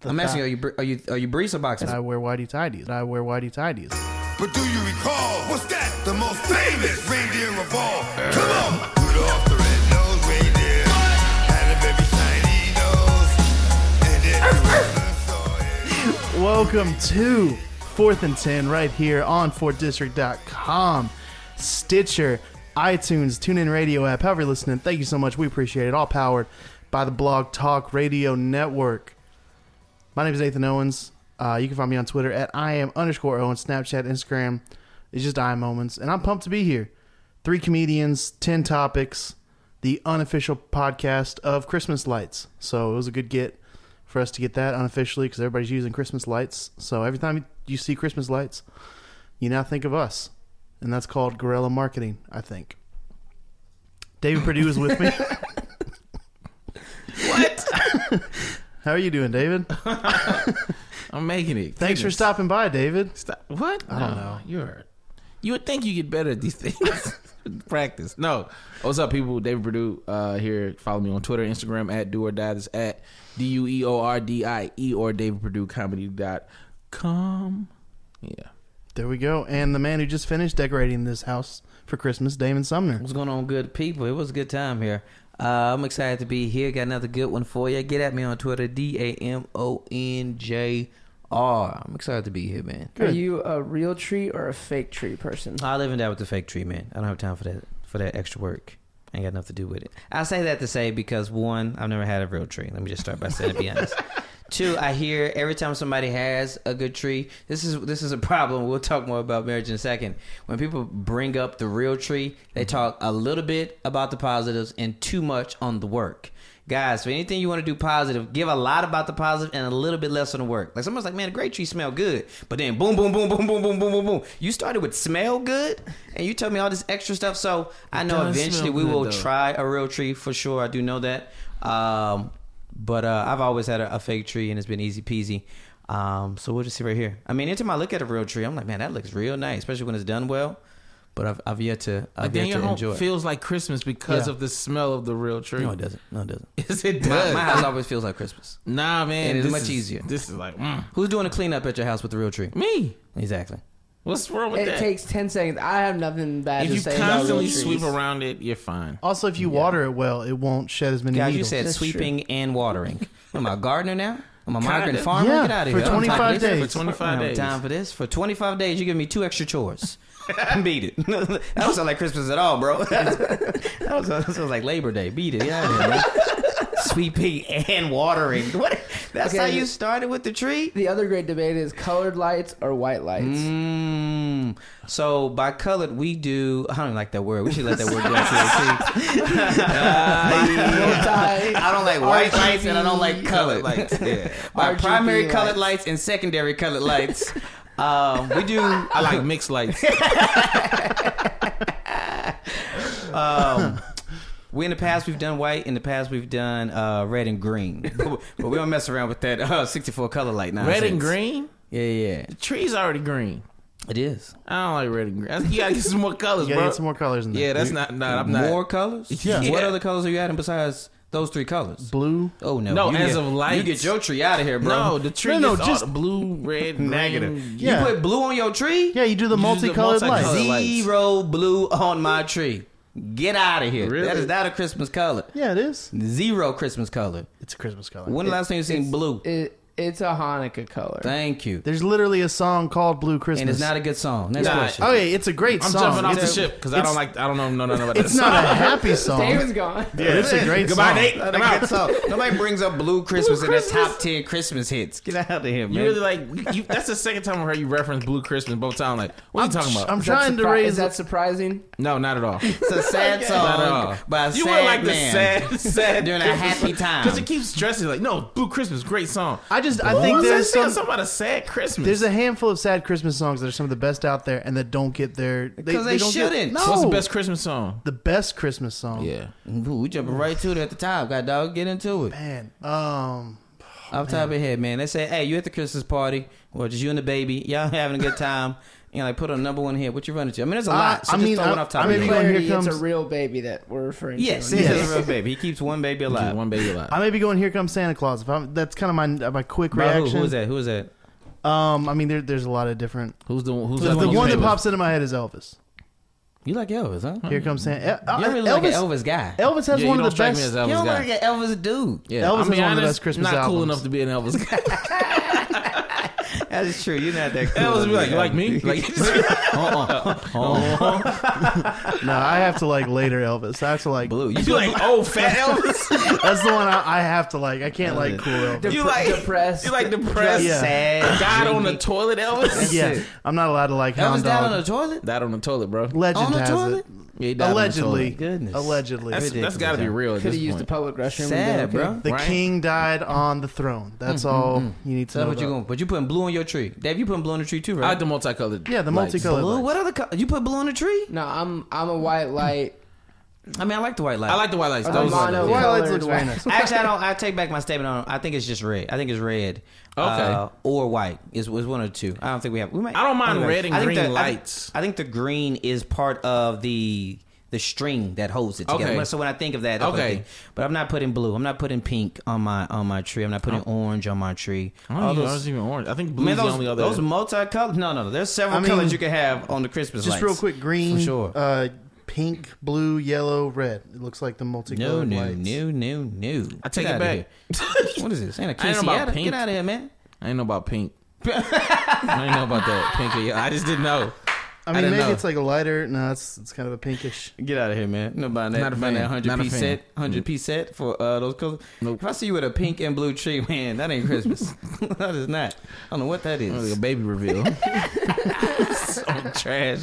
the I'm asking, fact are you are you are you barista boxing? that I wear whitey tidies. I wear whitey tidies. But do you recall? What's that? The most famous reindeer of all. Come on! Rudolph the red-nosed reindeer had a very shiny nose. And it was so Welcome to Fourth and Ten right here on FourthDistrict.com, Stitcher, iTunes, TuneIn Radio app. However, you're listening, thank you so much. We appreciate it. All powered by the Blog Talk Radio Network. My name is Nathan Owens. Uh, you can find me on Twitter at I am underscore Owens, Snapchat, Instagram. It's just I am Owens, and I'm pumped to be here. Three comedians, ten topics, the unofficial podcast of Christmas lights. So it was a good get for us to get that unofficially because everybody's using Christmas lights. So every time you see Christmas lights, you now think of us, and that's called guerrilla marketing. I think. David Perdue is with me. what? How are you doing, David? I'm making it. Thanks for Goodness. stopping by, David. Stop. What? I don't know. You're. You would think you get better at these things. Practice. No. What's up, people? David Perdue uh, here. Follow me on Twitter, Instagram at do or die. That's at d u e o r d i e or David Perdue Comedy dot com. Yeah. There we go. And the man who just finished decorating this house for Christmas, Damon Sumner. What's going on, good people? It was a good time here. Uh, I'm excited to be here. Got another good one for you. Get at me on Twitter, D A M O N J R. I'm excited to be here, man. Good. Are you a real tree or a fake tree person? I live and die with the fake tree, man. I don't have time for that for that extra work. I ain't got enough to do with it. I say that to say because one, I've never had a real tree. Let me just start by saying, to be honest. Two, I hear every time somebody has a good tree, this is this is a problem. We'll talk more about marriage in a second. When people bring up the real tree, they Mm-hmm. talk a little bit about the positives and too much on the work. Guys, for anything you want to do positive, give a lot about the positive and a little bit less on the work. Like someone's like, man, the grape tree smell good, but then boom, boom, boom, boom, boom, boom, boom, boom, boom. You started with smell good, and you told me all this extra stuff. So I know does eventually smell we good, will though. try a real tree for sure. I do know that, um, but uh, I've always had a, a fake tree, and it's been easy peasy. Um, so we'll just see right here. I mean, anytime I look at a real tree, I'm like, man, that looks real nice, especially when it's done well. But I've, I've yet to I've Like, then yet your to home enjoy. it. feels like Christmas because Yeah. of the smell of the real tree. No, it doesn't. No, it doesn't. Yes, it My, does. my house always feels like Christmas. nah, man. It is this much easier. This is like mm. Who's doing a cleanup at your house with the real tree? me. Exactly. What's wrong with It that? takes 10 seconds. I have nothing bad if to you say about real constantly trees. sweep around it, you're fine. Also, if you water it well, it won't shed as many Guys, you needles. said That's sweeping and watering. Am I a gardener now? I'm a migrant Kinda. farmer. Yeah, Get out of for here. I don't have 25 time days. for this. For 25 I don't have days. Time for this for 25 days. You give me two extra chores. Beat it. that don't sound like Christmas at all, bro. that was, that sounds like Labor Day. Beat it. Get out of here, man. Sweeping and watering. What? That's Okay. how you started with the tree. The other great debate is colored lights or white lights. Mm. So by colored, we do. I don't like that word. We should let that word go. I Multi- I don't like white RGB. lights and I don't like colored Colored lights. lights, yeah. My RGB primary colored lights. lights and secondary colored lights. um, we do. I like mixed lights. Um, we in the past we've done white. In the past we've done uh, red and green. but we don't mess around with that uh, 64 color light now. red and green. Yeah, yeah. The tree's already green. It is. I don't like red and green. That's- You gotta get some more colors, You gotta bro. get some more colors in there. yeah, that's not. Nah, I'm not. More colors. Yeah. What other colors are you adding besides those three colors? blue. Oh no! No, You as get- of lights. you get your tree out of here, bro. no, the tree. No, no, No, just just- all the blue, red, Negative. negative. Yeah. You put blue on your tree? Yeah, you do You do the the multicolored lights. multicolored. Zero blue on my tree. Get out of here. Really? That is not a Christmas color. Yeah, it is. Zero Christmas color. It's a Christmas color. When the last time you seen blue? It, it's a Hanukkah color. Thank you. There's literally a song called Blue Christmas. And it's not a good song. Next Nah. question. Oh yeah, it's a great I'm song. jumping off the It's- ship because I don't like. I don't know none about It's that. not a happy song. David's gone. but it's a great Goodbye, song. Nate. Not I'm a out. good song. Nobody brings up Blue Christmas in their Christmas? top ten Christmas hits. Get out of here, You man. really like? You, that's the second time I heard you reference Blue Christmas. Both time, like, what are you talking about? I'm Is that trying to surpri- raise Is that surprising? no, not at all. it's a sad Not at all. song by a uh, you sad were like man the sad, sad during a happy time. because it keeps stressing. Like, no, Blue Christmas, great song. I just I Who think was that there's singing some something about a sad Christmas. there's a handful of sad Christmas songs that are some of the best out there and that don't get their Because they don't shouldn't. Get, no. What's the best Christmas song? the best Christmas song? Yeah, Ooh, we jumping right to it at the top. God dog, get into it. Man. Um off the top of your head, man. They say, hey, you at the Christmas party, or just you and the baby, y'all having a good time. You know, like put on number one hit. What you running to? I mean, there's a I- lot. So I just mean, throw one I- off the top I of mean, we your head. gonna- Clarity, here comes- it's a real baby that we're referring Yes, to. yes. Yes. a real baby. He keeps one baby Just alive. one baby alive. I may be going here comes Santa Claus. If I'm, that's kind of my my quick By who? reaction. Who is that? Who is that? Um, I mean, there, there's a lot of different. who's the one? Who's the most one that famous? pops into my head is Elvis. You like Elvis, huh? Here comes Santa. El- You uh, don't really Elvis, like an Elvis guy. Elvis has Yeah, one you of don't the strike best. me as Elvis you don't guy. like an Elvis dude. Yeah, Elvis I is mean, one of honest, the best Christmas Not cool albums. enough to be an Elvis guy. That's true. You're not that cool. Elvis be like, you like me? Like, uh-uh. Uh-uh. No, I have to like later Elvis. I have to like. blue. You You like oh, old fat Elvis? That's the one I, I have to like. I can't like Elvis. cool Elvis. you like depressed. You like depressed? Yeah. sad. Died on the toilet, Elvis. yeah, it. I'm not allowed to like Elvis Hound down Dog. on the toilet. Died on the toilet, bro. Legend on the has toilet? it. Yeah, he died on the Allegedly, toilet. Goodness. allegedly, That's, that's Ridiculous, got to be huh? real at Could this have used the point. public restroom. Sad, and been okay. bro. the Right. king died on the throne. That's all you need to That's know. what you about- going. But you putting blue on your tree, Dave. You putting blue on the tree too, I right? like the multicolored. Yeah, the lights. multicolored blue. lights. What other color? You put blue on the tree? No, I'm I'm a white light. I mean, I like the white light. I like the white lights. I'm Those are mono- the- The White lights Colored looks very white. nice. Actually, I don't. I take back my statement on. I think it's just red. I think it's red. uh, Okay. or white is was one or two. I don't think we have. We might. I don't mind anyway, red and I think green the- I think- lights. I think the green is part of the the string that holds it together. Okay. So when I think of that, that's what I Okay. think. But I'm not putting blue. I'm not putting pink on my on my tree. I'm not putting orange on my tree. I don't All even know. those- Those, even orange. I think blue's Man, the those, only other. those multicolored. No, no, no. There's several I mean, colors you can have on the Christmas Just lights. real quick, green, For sure. uh, pink, blue, yellow, red. It looks like the No, multicolored no, lights. no, no, no. I take Get it outta back. here. What is this? Ain't a I ain't know about Kinsiata? pink. Get out of here, man. I ain't know about pink. I ain't know about that pink or yellow. I just didn't know. I mean, didn't maybe know. it's like a lighter. No, it's it's kind of a pinkish. Get out of here, man. No, buying that, Not a buying fan. that hundred Not a piece fan. set, hundred piece set for uh, those colors. Nope. If I see you with a pink and blue tree, man, that ain't Christmas. that is not. I don't know what that It was like is. a baby reveal. Trash.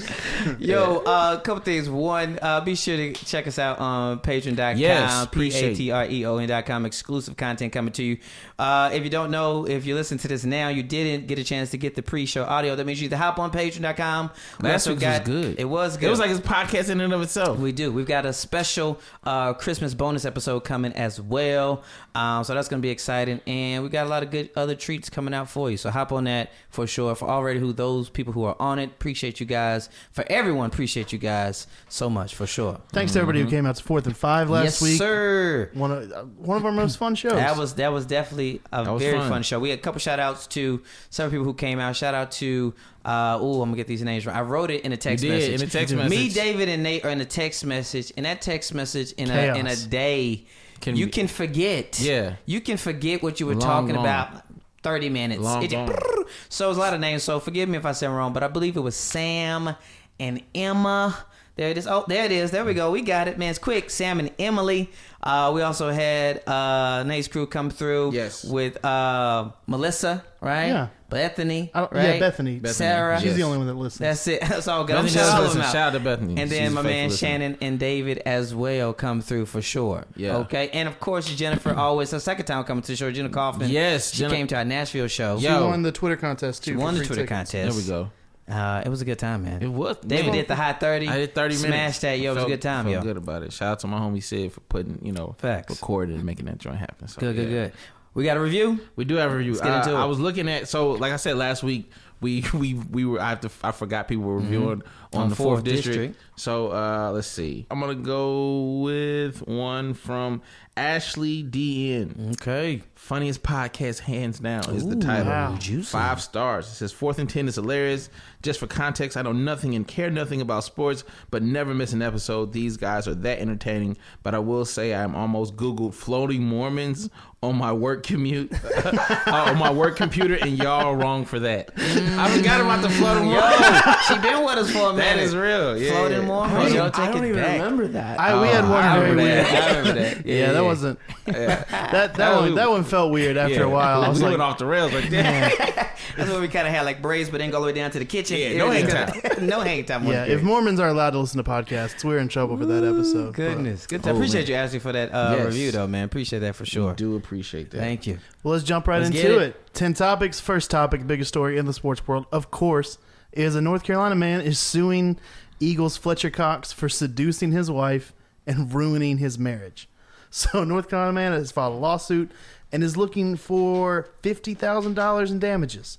Yo, uh, couple things. One, uh, be sure to check us out on patreon.com, Yes, P appreciate A it. T R E O N.com. Exclusive content coming to you. Uh, if you don't know, if you listen to this now, you didn't get a chance to get the pre show audio. That means you either hop on patreon.com. We Last also week was got- good. It was good. it was like his podcast in and of itself. We do. We've got a special uh, Christmas bonus episode coming as well. Um, so that's going to be exciting. And we got a lot of good other treats coming out for you. So hop on that for sure. For already who those people who are on it, appreciate you guys. For everyone, appreciate you guys so much for sure. Thanks to everybody who came out to fourth and five last Mm-hmm. yes, week. sir. One of uh, one of our most fun shows. That was that was definitely a was very fun. fun. show. We had a couple shout outs to several people who came out. Shout out to uh oh, I'm gonna get these names right. I wrote it in a text You did, message. in a text Me, message. David, and Nate are in a text message, and that text message in Chaos. a in a day Can you be- can forget. Yeah. You can forget what you were Long talking gone. about. Thirty minutes. Long It just- gone. so it was a lot of names. So forgive me if I said wrong, but I believe it was Sam and Emma. There it is. Oh, there it is. There we go. We got it, man. It's quick. Sam and Emily. Uh, we also had uh, Nate's crew come through. Yes. With uh, Melissa, right? Yeah. Bethany, I don't- yeah, right? Bethany. Bethany. Sarah. She's Yes. the only one that listens. That's it. That's all good. I'm Bethany shouting does all of listen. them out. Shout out to Bethany. And then She's a my man faithful listener. Shannon and David as well come through for sure. Yeah. Okay. And of course Jennifer always her second time coming to the show. Jenna Kaufman. Yes, She Jenna- came to our Nashville show. she Yeah. yo. won the Twitter contest too. She for won the free Twitter tickets. contest. There we go. Uh, it was a good time, man. It was. David man. did the high thirty. I did 30 Smashed minutes. that, yo. it was a Felt- good time, felt yo. good about it. Shout out to my homie Sid for putting, you know, Facts. recording and making that joint happen. So, Good, yeah. good, good. We got a review. We do have a review. get I- into it. I, was looking at so like I said last week, we we we were I have to I forgot people were reviewing on, Mm-hmm. On the fourth, Fourth district. District. So uh let's see. I'm gonna go with one from Ashley DN. Okay. Funniest podcast hands down is the Ooh, title. wow. Juicy. Five stars. It says fourth and ten is hilarious. Just for context, I know nothing and care nothing about sports, but never miss an episode. These guys are that entertaining. But I will say I am almost Googled floating Mormons on my work commute uh, on my work computer, and y'all are wrong for that. I forgot about the floating Mormons. she been with us for a minute. That is real. Yeah. Floating more. I don't, Yo, I take don't it even back. remember that. I, we had Oh, one I very remember weird. that. I remember that. Yeah, that wasn't that that That one was- that one felt weird after a while. I was we like, went off the rails like that. That's where we kind of had like braids, but then go all the way down to the kitchen. Yeah, no hang time. no hang time. yeah, if Mormons are allowed to listen to podcasts, we're in trouble for that episode. but- goodness, good. Time. appreciate you asking for that uh, Oh, Yes. review, though, man. Appreciate that for sure. Do appreciate that. Thank you. Well, let's jump right Let's into get it. it. Ten topics. First topic, biggest story in the sports world, of course, is a North Carolina man is suing Eagles Fletcher Cox for seducing his wife and ruining his marriage. So, a North Carolina man has filed a lawsuit and is looking for fifty thousand dollars in damages.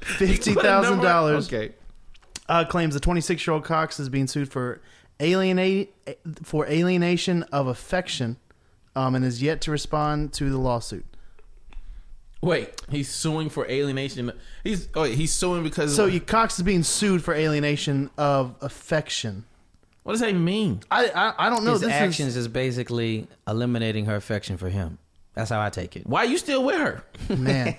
fifty thousand dollars Okay. uh, claims the 26 year old Cox is being sued for alienate for alienation of affection, um, and is yet to respond to the lawsuit. Wait, he's suing for alienation. He's oh, wait, he's suing because So you, Cox is being sued for alienation of affection. what does that even mean? I I, I don't know. His this actions is is basically eliminating her affection for him. That's how I take it. Why are you still with her? man,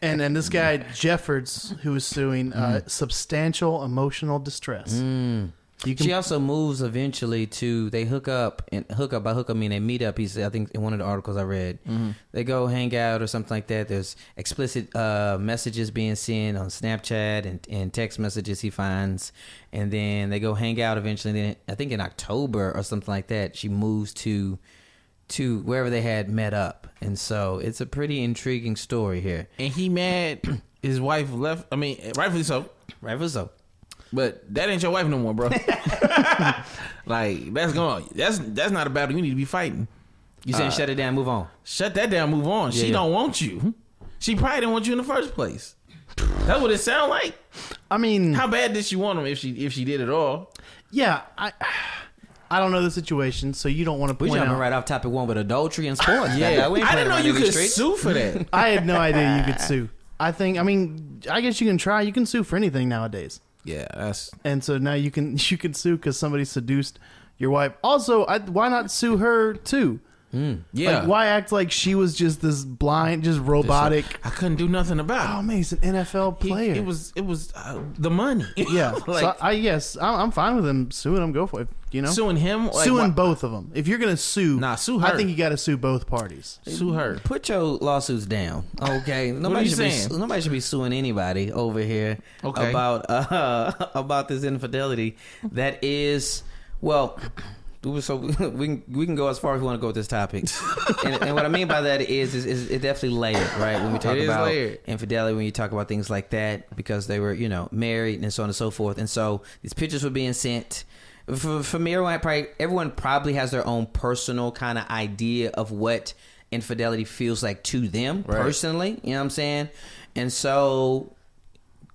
and and this guy Jeffords who is suing uh, Mm-hmm. substantial emotional distress. Mm. You can She also moves eventually to they hook up and hook up by hook up mean they meet up. He's I think in one of the articles I read. They go hang out or something like that. There's explicit uh, messages being sent on Snapchat and, and text messages he finds, and then they go hang out eventually. And then I think in October or something like that, she moves to to wherever they had met up, and so it's a pretty intriguing story here. And he mad his wife left. I mean, rightfully so. Right, so But that ain't your wife no more, bro. like that's going. That's that's not a battle you need to be fighting. Uh, you saying shut it down, move on. Shut that down. Move on. she Yeah. don't want you. She probably didn't want you in the first place. That's what it sound like. I mean, How bad did she want him? If she if she did at all, yeah, I I don't know the situation, so you don't want to We point jumping out. right off topic one with adultry and sports. yeah, I didn't know you could sue for that. I had no idea you could sue. I think. I mean, I guess you can try. You can sue for anything nowadays. yeah, that's and so now you can you can sue because somebody seduced your wife. Also, I, why not sue her too? yeah. Like, why act like she was just this blind, just robotic? I couldn't do nothing Oh about. man, he's an NFL uh, He- player. It was it was uh, the money. yeah. like so I yes, I'm, I'm fine with him suing him. Go for it. You know, suing him. Like, suing why- both of them. If you're gonna sue, Nah, sue I her. think you got to sue both parties. sue her. Put your lawsuits down, okay? Nobody you should be saying? nobody should be suing anybody over here Okay. about uh, about this infidelity. That is, well, so we can, we can go as far as we want to go with this topic. and, and what I mean by that is, is, is it definitely layered, right? When we talk It is about layered. infidelity, when you talk about things like that, because they were you know married and so on and so forth, and so these pictures were being sent. For, for me, everyone probably everyone probably has their own personal kind of idea of what infidelity feels like to them personally. You know what I'm saying? And so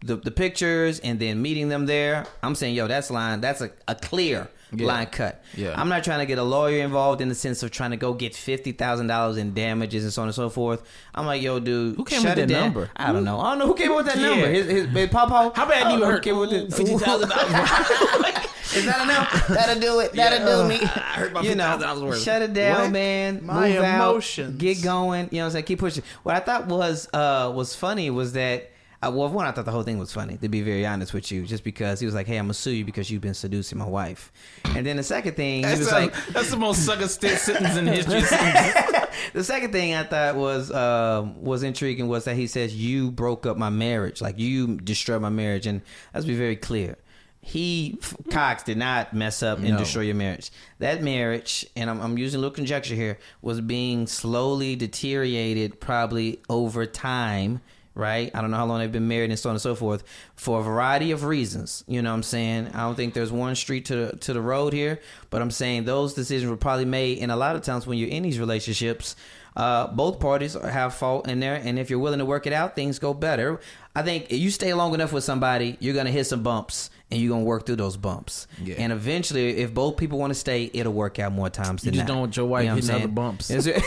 the the pictures and then meeting them there. I'm saying, yo, that's line. That's a, a clear line cut. Yeah. I'm not trying to get a lawyer involved in the sense of trying to go get fifty thousand dollars in damages and so on and so forth. I'm like, yo, dude, Who came shut with it that down. number? I don't know. I don't know who came up with that Yeah. number. His, his, his papa. How bad do you Oh, hurt? Came with it. Fifty thousand dollars. Is that enough? That'll do it. That'll Yeah. do me. I heard my you know, $50,000 worth. shut it down, What? man. My Move out. emotions. Get going. You know what I'm saying? Keep pushing. What I thought was uh, was funny was that. I, well, one, I thought the whole thing was funny, to be very honest with you, just because he was like, hey, I'm going to sue you because you've been seducing my wife. And then the second thing, he was That's, like, a- that's the most sucker stick sentence in history. the second thing I thought was um, was intriguing was that he says you broke up my marriage, like you destroyed my marriage, and let's be very clear. He F- Cox did not mess up and No. destroy your marriage. That marriage, and I'm, I'm using a little conjecture here, was being slowly deteriorated probably over time, right? I don't know how long they've been married and so on and so forth for a variety of reasons. You know what I'm saying? I don't think there's one street to the, to the road here, but I'm saying those decisions were probably made. And a lot of times when you're in these relationships, uh, both parties have fault in there, and if you're willing to work it out, things go better. I think if you stay long enough with somebody, you're gonna hit some bumps, and you're gonna work through those bumps. Yeah. And eventually, if both people want to stay, it'll work out more times than just not. don't want your wife what I'm hitting other saying? bumps. Is there-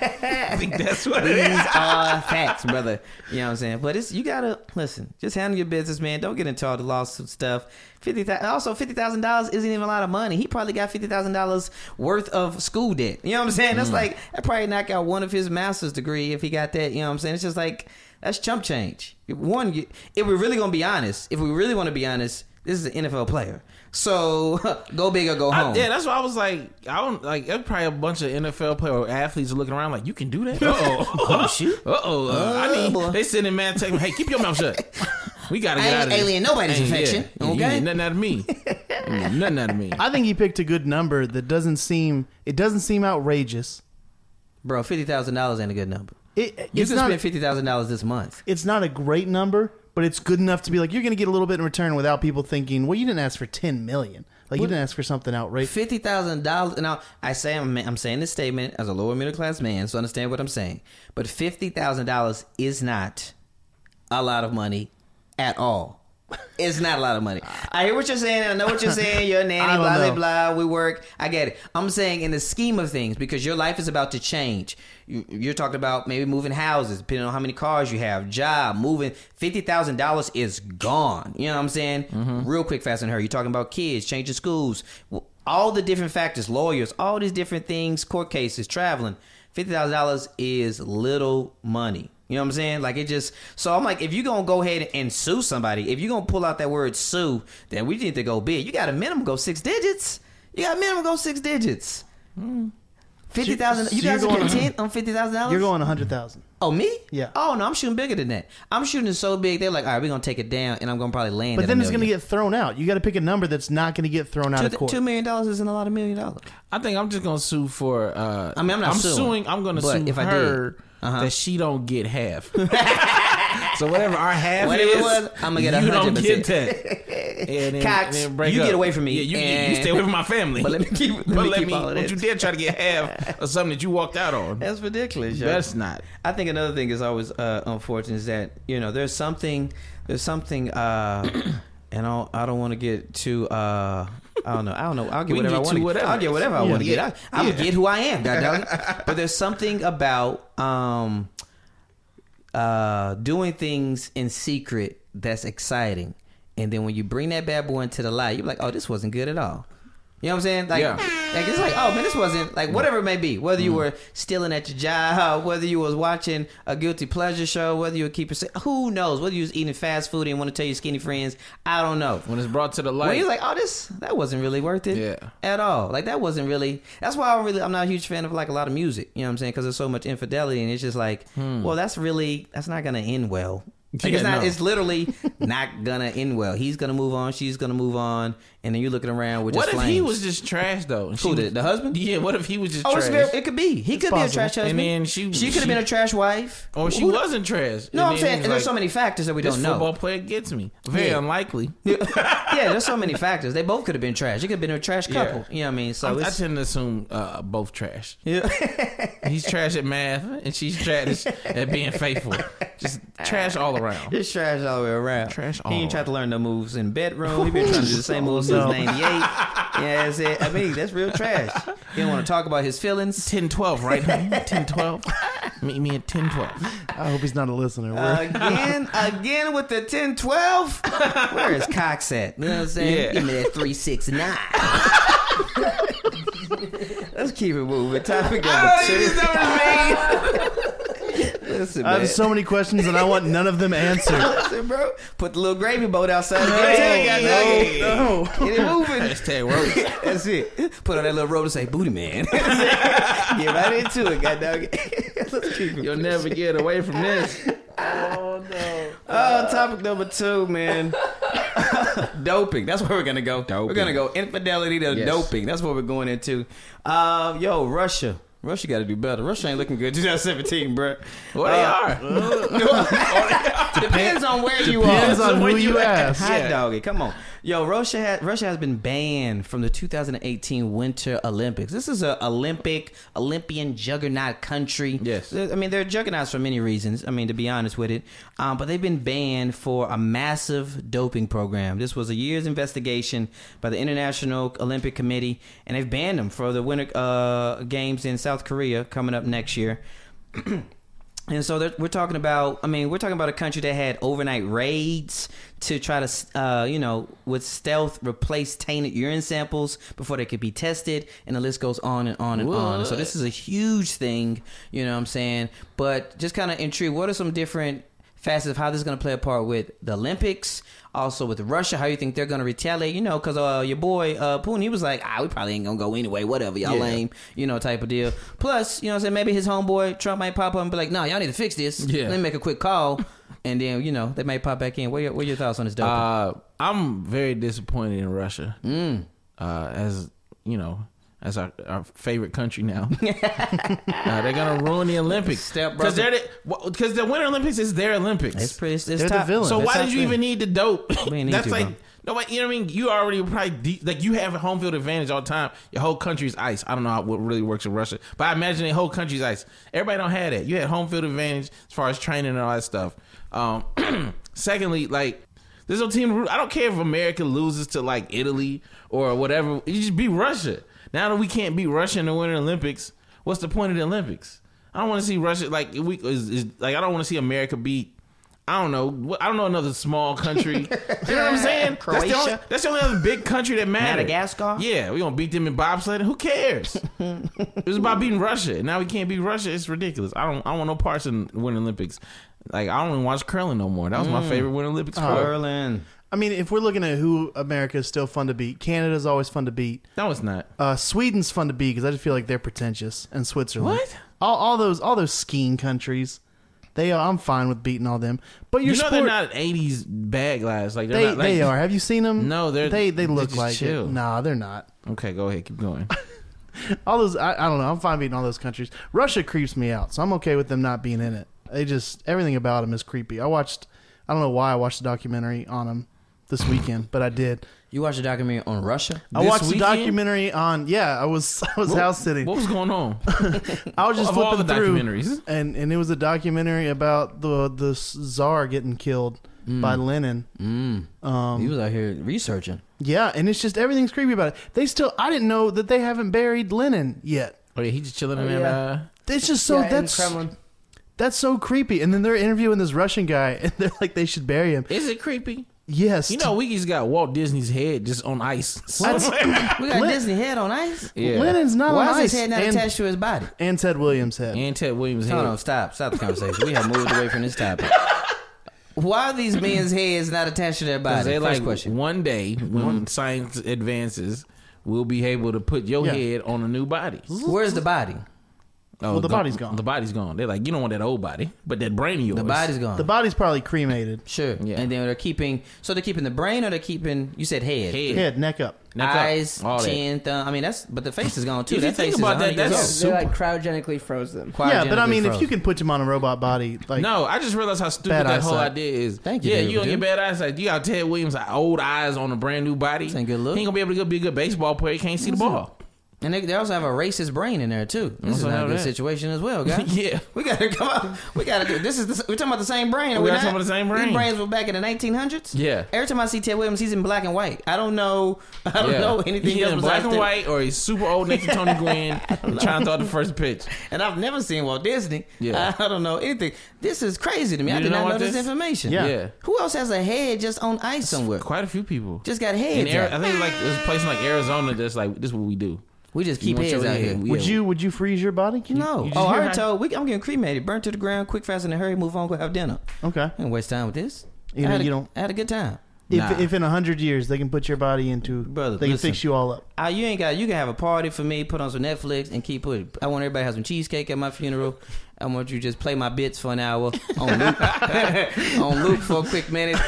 I think that's what it These is. are facts, brother. You know what I'm saying? But it's you gotta listen. Just handle your business, man. Don't get into all the lawsuit stuff. Fifty thousand. Also, fifty thousand dollars isn't even a lot of money. He probably got fifty thousand dollars worth of school debt. You know what I'm saying? Mm. That's like that probably knock out one of his master's degree if he got that. You know what I'm saying? It's just like that's chump change. One, you- if we're really gonna be honest, if we really want to be honest, this is an NFL player. So go big or go I- home. yeah, that's why I was like, I don't like. There's probably a bunch of NFL player or athletes looking around like, you can do that. Uh-oh. oh shoot. Uh-oh. Uh, I mean, boy. they sending mad text. Hey, keep your mouth shut. We gotta I get ain't out of here. alien nobody's Ain't- yeah. affection, Yeah, you okay? ain't nothing out of me. You ain't nothing out of me. I think he picked a good number that doesn't seem it doesn't seem outrageous. bro. Fifty thousand dollars ain't a good number. It You it's can not spend fifty thousand dollars this month. it's not a great number, but it's good enough to be like you're going to get a little bit in return without people thinking, well, you didn't ask for ten million. Like you didn't ask for something outrageous. Fifty thousand dollars. Now I say I'm, I'm saying this statement as a lower middle class man, so understand what I'm saying. But fifty thousand dollars is not a lot of money at all. It's not a lot of money. I hear what you're saying. I know what you're saying. You're a I nanny, don't blah know. blah blah. We work. I get it. I'm saying in the scheme of things, because your life is about to change. You, you're talking about maybe moving houses, depending on how many cars you have, job, moving. Fifty thousand dollars is gone. You know what I'm saying? Mm-hmm. Real quick, fast and hurry. You're talking about kids, changing schools, w- all the different factors, lawyers, all these different things, court cases, traveling. Fifty thousand dollars is little money. You know what I'm saying? Like it just so I'm like, if you gonna go ahead and sue somebody, if you gonna pull out that word sue, then we need to go big. You got a minimum go six digits. You got a minimum go six digits. Fifty thousand. Hmm. So you you're guys are going- content on fifty thousand dollars? You're going a hundred thousand. Oh me? Yeah. Oh no, I'm shooting bigger than that. I'm shooting it so big. They're like, all right, we're gonna take it down, and I'm gonna probably land. But at then a it's going to million. get thrown out. You got to pick a number that's not going to get thrown out of Two- court. two million dollars isn't a lot of million dollars. I think I'm just gonna sue for. Uh, I mean, I'm not I'm suing, I'm gonna but sue if I did, her uh-huh. that she don't get half. so whatever our half Whatever it is, was, I'ma get You don't 100%. get that. And then, Cox, and then break you up. get away from me, Yeah, you, get- you and- stay away from my family. But let me keep- let but me let keep me. all of Don't that. you dare try to get half of something that you walked out on. That's ridiculous. yo. That's not. I think another thing is always uh, unfortunate is that you know there's something there's something uh, and I'll, I don't want to get too uh, I don't know I don't know I'll get We can whatever I get want to whatever. I'll get whatever I Yeah. want to Yeah. get I, I'm gonna get who I am God dog it. but there's something about um, uh, doing things in secret that's exciting and then when you bring that bad boy into the light you're like oh this wasn't good at all. You know what I'm saying? Like, Yeah. like it's like, oh man, this wasn't like whatever it may be. Whether you were stealing at your job, whether you was watching a guilty pleasure show, whether you were keeping, who knows? Whether you was eating fast food and want to tell your skinny friends, I don't know. When it's brought to the When light, you're like, oh, this that wasn't really worth it, Yeah. at all. Like that wasn't really. That's why I'm really I'm not a huge fan of like a lot of music. You know what I'm saying? Because there's so much infidelity, and it's just like, well, that's really that's not gonna end well. Like, Hmm. Yeah, it's not. no. It's literally not gonna end well. He's gonna move on. She's gonna move on, and then you're looking around with what just if flames. he was just trash though? And Who, the- the husband? Yeah. What if he was just Oh, it's trash? very, it could be. He could be a possible. trash husband. And then she- she could have she- been a trash wife. or she Who- wasn't trash. And No, I'm then saying it's there's like, so many factors that we This don't know. football player gets me. Very Yeah. unlikely. yeah, there's so many factors. They both could have been trash. They could have been a trash Yeah. couple. You know what I mean? So I, I it's, tend to assume uh, both trash. yeah. He's trash at math, and she's trash at being faithful. Just trash all around. It's trash all the way around. Trash all He ain't tried around. to learn no moves in bedroom. He been trying to do the same moves since No. '98. Yeah, that's it. I mean, that's real trash. He don't want to talk about his feelings. 10 12, right? honey? 10 12. Meet me at 10 12. I hope he's not a listener. Uh, We're- Again, again with the 10-12. Where is Cox at? You know what I'm saying? Yeah. Give me that three six nine. Let's keep it moving. Topic number Oh, two. Listen, I man. have so many questions and I want none of them answered. Listen, bro. Put the little gravy boat outside. Hey, Get it hey, moving. Get it moving. Hashtag roast. That's it. Put on that little robe and say booty man. Get right into it, goddamn. Let's keep it. You'll never get away from this. Oh, topic number two, man. doping. That's where we're gonna go. We're gonna go infidelity to Yes. doping. That's what we're going into. Uh, yo, Russia. Russia got to do better. Russia ain't looking good. 2017, bro. Well, they are. Uh, Depends on where you are. Depends on So who when you you ask. ask- Hot Yeah. doggy, come on, yo! Russia has, Russia has been banned from the 2018 Winter Olympics. This is a Olympic Olympian juggernaut country. Yes. They're- I mean they're juggernauts for many reasons. I mean to be honest with it, um, but they've been banned for a massive doping program. This was a year's investigation by the International Olympic Committee, and they've banned them for the Winter uh, Games in South Korea coming up next year. And so that- we're talking about, I mean, we're talking about a country that had overnight raids to try to, uh, you know, with stealth replace tainted urine samples before they could be tested. And the list goes on and on and on. And so this is a huge thing, you know what I'm saying? But just kind of intrigued, what are some different facets of how this is going to play a part with the Olympics, also with Russia, how you think they're going to retaliate, you know, because uh, your boy uh, Putin, he was like, ah, we probably ain't going to go anyway, whatever, y'all Yeah. lame, you know, type of deal. Plus, you know what I'm saying, maybe his homeboy Trump might pop up and be like, no, y'all need to fix this. Yeah. Let me make a quick call. and then, you know, they might pop back in. What are your, what are your thoughts on this dope? Mm. Uh, I'm very disappointed in Russia. Uh, as you know, That's our, our favorite country now. Uh, they're gonna ruin the Olympics Step because they're because the Winter Olympics is their Olympics. It's pretty. It's, the top, villain. So That's why top did you three. even need the dope? We ain't need That's to, like bro. no, but you know what I mean. You already probably de- like you have home field advantage all the time. Your whole country's ice. I don't know how, what really works in Russia, but I imagine the whole country's ice. Everybody don't have that. You had home field advantage as far as training and all that stuff. Um, secondly, like there's no team. ru- I don't care if America loses to like Italy or whatever. You just beat Russia. Now that we can't beat Russia in the Winter Olympics, what's the point of the Olympics? I don't want to see Russia like we is, is like I don't want to see America beat I don't know. What- I don't know another small country. you know what I'm saying? That's the, only, Croatia? that's the only other big country that matters. Madagascar? Yeah, we're gonna beat them in bobsled. Who cares? it was about beating Russia. and Now we can't beat Russia. It's ridiculous. I don't. I don't want no parts in Winter Olympics. Like I don't even watch curling no more. That was Mm. my favorite Winter Olympics. Oh, sport. Berlin. I mean, if we're looking at who America is still fun to beat, Canada's always fun to beat. No, it's not. Uh, Sweden's fun to beat because I just feel like they're pretentious, and Switzerland. What? All, all those all those skiing countries, they are, I'm fine with beating all them. But your you know sport, they're not '80s bag lads. Like they're they not, like, they are. Have you seen them? No, they're- they they they're look just like it. chill. Nah, they're not. Okay, go ahead. Keep going. All those I, I don't know. I'm fine beating all those countries. Russia creeps me out, so I'm okay with them not being in it. They just everything about them is creepy. I watched. I don't know why I watched the documentary on them this weekend, but I did. You watched a documentary on Russia? I This watched weekend? the documentary on. Yeah, I was I was house sitting. What was going on? I was just of flipping all the through, documentaries. and and it was a documentary about the the czar getting killed Mm. by Lenin. he was out here researching. Yeah, and it's just everything's creepy about it. They still, I didn't know that they haven't buried Lenin yet. Oh yeah, he's just chilling in. yeah. Uh, It's just so Yeah, in Oh, that's Kremlin. that's so creepy. And then they're interviewing this Russian guy, and they're like, they should bury him. is it creepy? Yes, You know, we just got Walt Disney's head just on ice. That's- somewhere. We got Len- Disney head on ice. yeah. Lenin's not on Why ice. is his head not and, attached to his body? and Ted Williams head. and Ted Williams' head. No, no, stop. Stop the conversation. we have moved away from this topic. Why are these men's heads not attached to their 'Cause body? they First like question. one day when science advances, we'll be able to put your Yeah. head on a new body. Where's the body? Oh, Well, the body's gone. The body's gone. They're like, you don't want that old body, but that brain of yours. The body's gone. the body's probably cremated. sure. Yeah. And then they're keeping. So they're keeping the brain, or they're keeping. You said head. head, Head, neck up. neck up, Eyes, all that. chin, thumb. I mean, that's but the face is gone too. If you That think face about is that, 100 years that's- They Super. like cryogenically froze them. old. Yeah, but I Cryogenically mean, if frozen. you can put him on a robot body, like No, I just realized how stupid Bad that whole eyesight. idea is. Thank you, Yeah, David, you don't get dude. bad eyesight. You got Ted Williams' like, old eyes on a brand new body. This ain't good look. He ain't gonna be able to be a good baseball player. He can't see the ball. And they, they also have a racist brain in there too. This is Also not a have good that. situation as well, guys. Yeah. we gotta come up. We gotta do this. Is the, we're talking about the same brain? We we are not? talking about the same brain. These brains were back in the 1900s. Yeah. Every time I see Ted Williams, he's in black and white. I don't know. I don't Yeah. know anything He else either black besides and that. white, or he's super old next to Tony Gwynn and trying to throw the first pitch. And I've never seen Walt Disney. Yeah. I, don't know anything. This is crazy to me. I You did know not know what this, this- information. Yeah. Yeah. Who else has a head just on ice somewhere? Quite a few people. Just got in heads. Ari- out. I think like there's a place in like Arizona that's like this is what we do. we just keep want heads your out here. head. would yeah. you would you freeze your body? Can you- No. you just oh, I hear already how- told. We, I'm getting cremated, burnt to the ground, quick, fast, in a hurry. Move on, go have dinner. Okay. I didn't waste time with this. You I know, had a- you don't- I had a good time. If, Nah. if in a hundred years they can put your body into, Brother, they can fix listen. you all up. I, Ah, you ain't got. You can have a party for me. Put on some Netflix and keep pushing. I want everybody to have some cheesecake at my funeral. I want you to just play my bits for an hour on loop, on loop for a quick minute,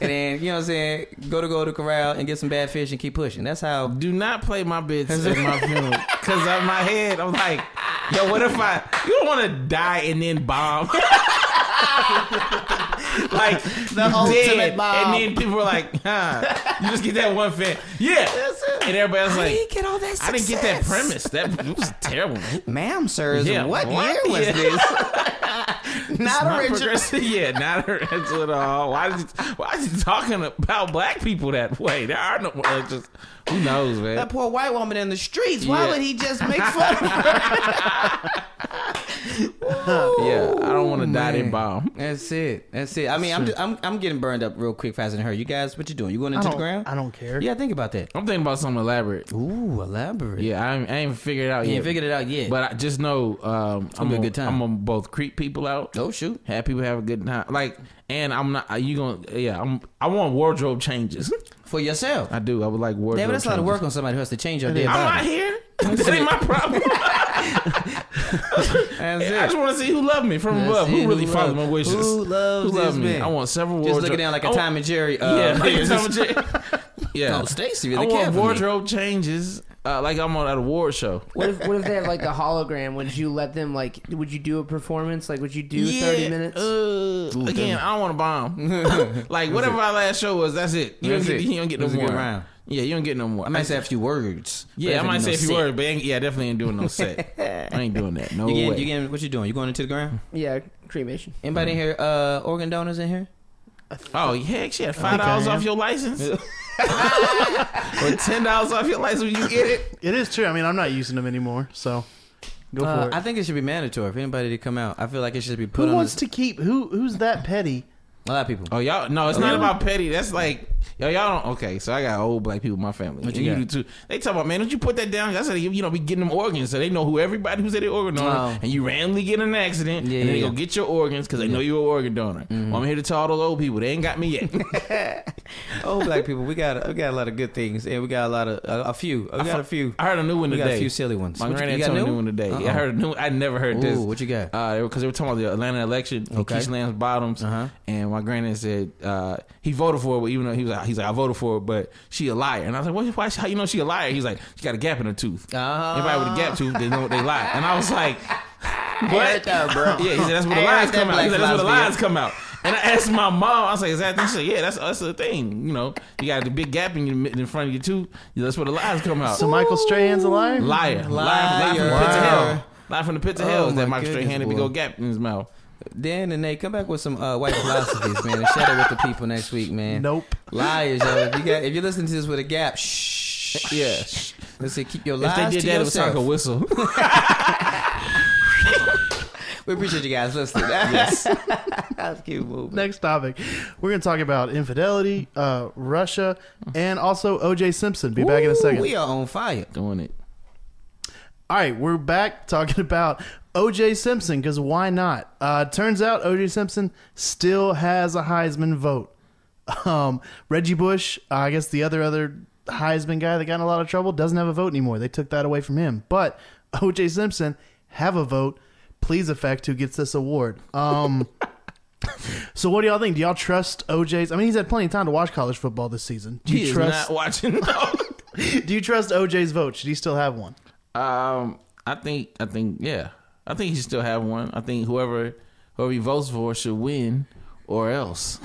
and then you know what I'm saying. Go to go to corral and get some bad fish and keep pushing. That's how. Do not play my bits at my funeral because of my head. I'm like, yo, what if I? You don't want to die and then bomb. like the ultimate bomb. and then people are like, huh? You just get that one fan, yeah, and everybody else How did he like, get all that? I didn't get that success? premise. That it was terrible. Man. ma'am, sirs. Yeah, what, what? year was Yeah. this? It's Not original. progressive. Yeah, not original at all. Why is it, why is he talking about black people that way? There are no uh, just who knows, That man. poor white woman in the streets. Why Yeah. would he just make fun of her? Yeah, I don't want to die man. in bomb. That's it. That's it. I mean, I'm, just, I'm I'm getting burned up real quick, fast and hurry. You guys, what you doing? You going I into the don't, ground? I don't care. Yeah, think about that. I'm thinking about something elaborate. Ooh, elaborate. Yeah, I ain't, I ain't figured it out You yet. ain't figured it out yet. But I just know um, I'm gonna be a gonna- good time. I'm gonna both creep people out. oh shoot. Have people have a good time. Like, and I'm not. Are you gonna? Yeah, I'm. I want wardrobe changes. For yourself. I do. I would like wardrobe. Damn, that's a lot of changes. work on somebody who has to change your dead I'm not body. here. that ain't my problem. That's I just it. want to see who loved me from That's above. it. Who really Who followed loved- my wishes? who loves Who loved this me? man? I want several Just wardrobe. looking down like a I Tom and Jerry. Uh, yeah, like man, a Tom and Jerry. yeah. Oh, Stacy really I cared want for me. wardrobe changes uh, like I'm on an award show. What if what if they have like the hologram? Would you let them like? Would you do a performance? Like, would you do Yeah, thirty minutes? Uh, again, I don't want to bomb. like whatever my last show was, that's it. You, That's don't, get, it. you don't get no That's a more. good round. Yeah, you don't get no more. I I might might say a few words. but yeah, I if might ain't say no a few set, words, but ain't, yeah, definitely ain't doing no set. I ain't doing that. No You way. getting, you getting, what you doing? You going into the ground? yeah, cremation. Anybody in here? Uh, organ donors in here? oh, heck, she had five dollars I am. off your license, or ten dollars off your license when you get it. It is true. I mean, I'm not using them anymore, so go Uh, for it. I think it should be mandatory for anybody to come out. I feel like it should be put who on wants this, to keep? Who who's that petty? a lot of people. Oh, y'all, no, it's not about petty. That's like. Yo, y'all don't okay. So I got old black people in my family. What And you you got? do too. They talk about man, don't you put that down? I said you, you know be getting them organs, so they know who everybody who's at the organ donor, Oh. and you randomly get in an accident, Yeah, and then they yeah, go yeah. get your organs because they know you're an organ donor. Well, I'm here to tell all those old people they ain't got me yet. Oh, black people, we got we got a lot of good things, and we got a lot of a, a few. We got a few. I heard a new one We today. got a few silly ones. My What you- granddad you got told me a new new one today. Uh-oh. I heard a new. I never heard this. Ooh, what you got? Uh, because they were talking about the Atlanta election, and Okay. Keisha Lance Bottoms, Uh-huh. and my granddad said uh, he voted for her, but even though he was like, he's like I voted for her, but she a liar. And I was like, what, why? How you know she a liar? He's like, she got a gap in her tooth. Ah. Anybody with a gap tooth, they know they lie. And I was like, heard what? that, bro. yeah, he said that's where the I heard lies that come out. He Black said that's where the Lives Matter. lies come out. And I asked my mom, I was like, is that? She said, yeah, that's that's the thing. You know, you got the big gap in your in front of your tooth. That's where the lies come out. So Michael Strahan's a liar. Liar. Liar. Liar from the Liar. pit of Wow. hell. Liar from the pit of Oh hell is that my Mike goodness, straight handed big boy. old gap in his mouth. Dan and Nate, come back with some uh, white philosophies, man, and share it with the people next week, man. Nope. Liars, yo. If, you got, if you're listening to this with a gap, shh. Yeah. Let's say keep your If lies they did to that, it was yourself. like a whistle. we appreciate you guys listening. yes. That's a cute move. Next topic, we're going to talk about infidelity, uh, Russia, and also O.J. Simpson. Be back in a second. We are on fire. Doing it. All right, we're back talking about O.J. Simpson because why not? Uh, turns out O.J. Simpson still has a Heisman vote. Um, Reggie Bush, uh, I guess the other other Heisman guy that got in a lot of trouble, doesn't have a vote anymore. They took that away from him. But O.J. Simpson have a vote. Please affect who gets this award. Um, so what do y'all think? Do y'all trust O.J.'s? I mean, he's had plenty of time to watch college football this season. Do He you is trust? not watching. No. do you trust O.J.'s vote? Should he still have one? um, I think. I think. Yeah. I think he should still have one. I think whoever whoever he votes for should win, or else.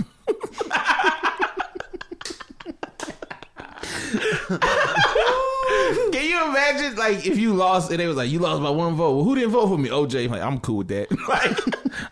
Can you imagine, like, if you lost and they was like, you lost by one vote. Well, who didn't vote for me? OJ. I'm like, I'm cool with that. like,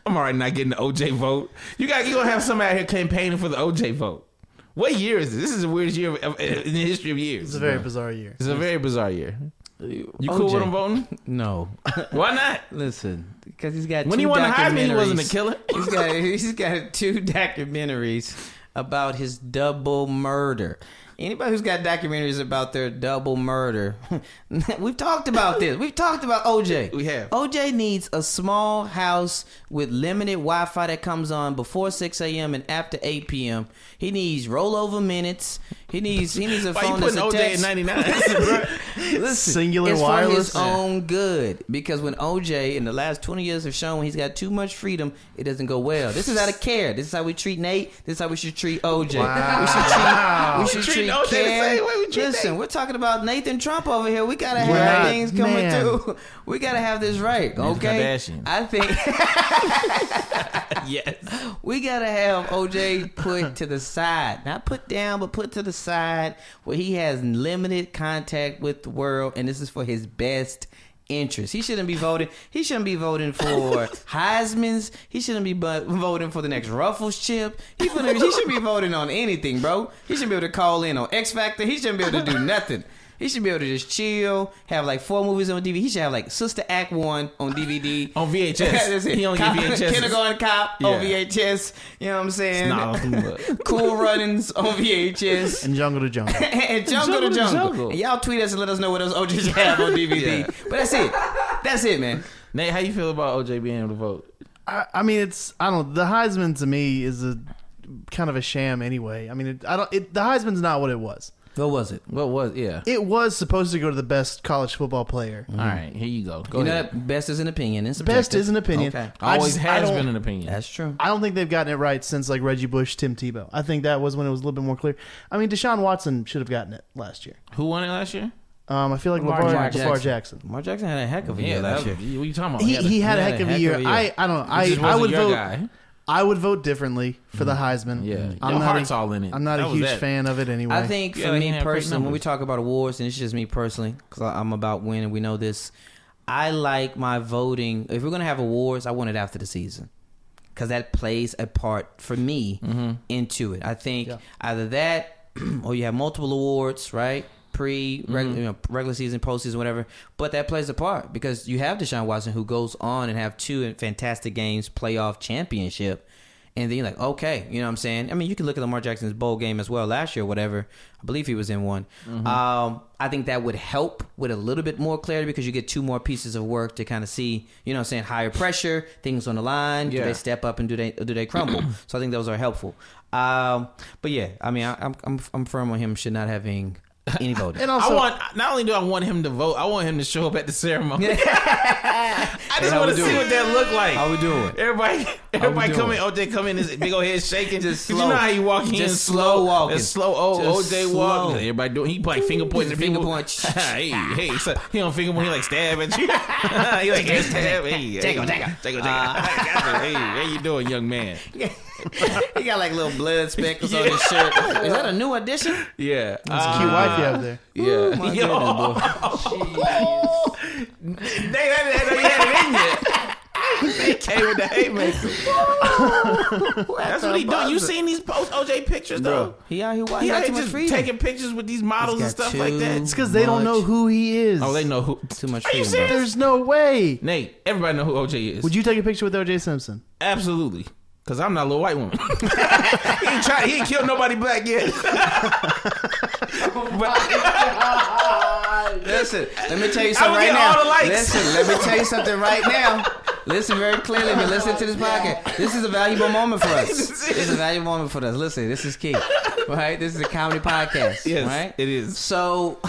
I'm all right not getting the OJ vote. You got, you gonna have somebody out here campaigning for the OJ vote. What year is this? This is the weirdest year of, of- in the history of years. It's a very bizarre year. It's a very bizarre year. You cool OJ. with him voting? No. Why not? Listen, because he's got When two he won the Heisman, he wasn't a documentaries. killer. he's got he's got two documentaries about his double murder. Anybody who's got documentaries about their double murder, we've talked about this. We've talked about OJ. We have. OJ needs a small house with limited Wi Fi that comes on before 6 a.m. and after 8 p.m. He needs rollover minutes. He needs he needs a Why you phone that's putting a OJ at text. 99? Listen, Singular it's for wireless? his own good because when OJ in the last twenty years have shown he's got too much freedom, it doesn't go well. This is out of care. This is how we treat Nate. This is how we should treat OJ. We should treat. We should We treat treat, OJ the Care. same way we treat Listen, Nate. we're talking about Nathan Trump over here. We gotta We're have not- things coming man. through. We gotta have this right, okay? Kardashian. I think. yes. We gotta have OJ put to the side, not put down, but put to the side, where he has limited contact with the world, and this is for his best interest. He shouldn't be voting. He shouldn't be voting for Heisman's. He shouldn't be bu- voting for the next Ruffles chip. He, shouldn't- he should be voting on anything, bro. He shouldn't be able to call in on X Factor. He shouldn't be able to do nothing. He should be able to just chill, have like four movies on DVD. He should have like Sister Act One on DVD. On VHS. That's it. He don't Cop- get VHS. Kindergarten Cop on Yeah. VHS. You know what I'm saying? Nah, I don't do that. cool Runnings on VHS. And Jungle to Jungle. and Jungle, Jungle to to jungle. Jungle. And y'all tweet us and let us know what those OJs you have on DVD. Yeah. But that's it. That's it, man. Nate, how you feel about OJ being able to vote? I, I mean, it's I don't. The Heisman to me is a kind of a sham anyway. I mean, it, I don't. It, the Heisman's not what it was. What was it? What was? Yeah. It was supposed to go to the best college football player. All right, here you go. Go you know ahead. that best is an opinion. It's Best subjective. is an opinion. Okay. I Always just- I has don't- been an opinion. That's true. I don't think they've gotten it right since like Reggie Bush, Tim Tebow. I think that was when it was a little bit more clear. I mean, Deshaun Watson should have gotten it last year. Who won it last year? Um, I feel like Lamar LeVar, Jackson. LeVar Jackson. Lamar Jackson had a heck of a Yeah, year last that, year. what you talking about? He, Yeah, he had a yeah, heck of a heck of year. a year. I, I don't know. I, just I wasn't would your vote. guy. I would vote differently for the Heisman. Yeah. Your I'm not. heart's A, all in it. I'm not That a was huge that. fan of it anyway. I think Yeah, for I mean, he me had great personally, when we numbers. talk about awards, and it's just me personally, because I'm about winning, we know this. I like my voting. If we're gonna have awards, I want it after the season, because that plays a part for me into it. I think Yeah. either that, or you have multiple awards, right? Pre regular, you know, regular season, postseason, whatever. But that plays a part because you have Deshaun Watson who goes on and have two fantastic games, playoff championship. And then you're like, okay, you know what I'm saying? I mean, you can look at Lamar Jackson's bowl game as well last year, whatever. I believe he was in one. Um, I think that would help with a little bit more clarity because you get two more pieces of work to kind of see, you know what I'm saying, higher pressure, things on the line. Do Yeah. they step up and do they do they crumble? so I think those are helpful. Um, but yeah, I mean, I, I'm, I'm I'm firm on him should not having any voting. and also, I want not only do I want him to vote, I want him to show up at the ceremony. I just how want we to doing? see what that look like. How we doing? Everybody, everybody doing? come in. OJ come in, his big old head shaking. Just slow. You know how he walk in Just slow slow walking. It's slow. Oh, Just OJ slow. walk. Everybody doing. He like finger pointing. at Finger people. point. hey, hey. So he don't finger point. He like stab at you. he like air stab. Hey, hey. Take him, take him. take him, take him. Hey, how you doing, young man? he got like little blood speckles on his shirt. Is that a new addition? Yeah, uh, it's a cute wife you have there. Yeah, Oh, My Yo. goodness, boy. They, they, they, they had it in yet. They came with the haymaker. That's what he doing. You seen these post OJ pictures though? He out here, why He he out got here too much just freedom? taking pictures with these models and He's got stuff like It's that. two- because they don't Much. know who he is. Oh, they know who. too much Are you freedom. bro. serious? There's no way. Nate, everybody know who OJ is. Would you take a picture with OJ Simpson? Absolutely. Cause I'm not a little white woman. he ain't try, he ain't killed nobody black yet. Listen, let me tell you I something would right get now. all the likes. Listen, let me tell you something right now. Listen very clearly, but listen to this podcast. This is a valuable moment for us. This is a valuable moment for us. Listen, this is key, right? This is a comedy podcast, Yes, right? it is. So,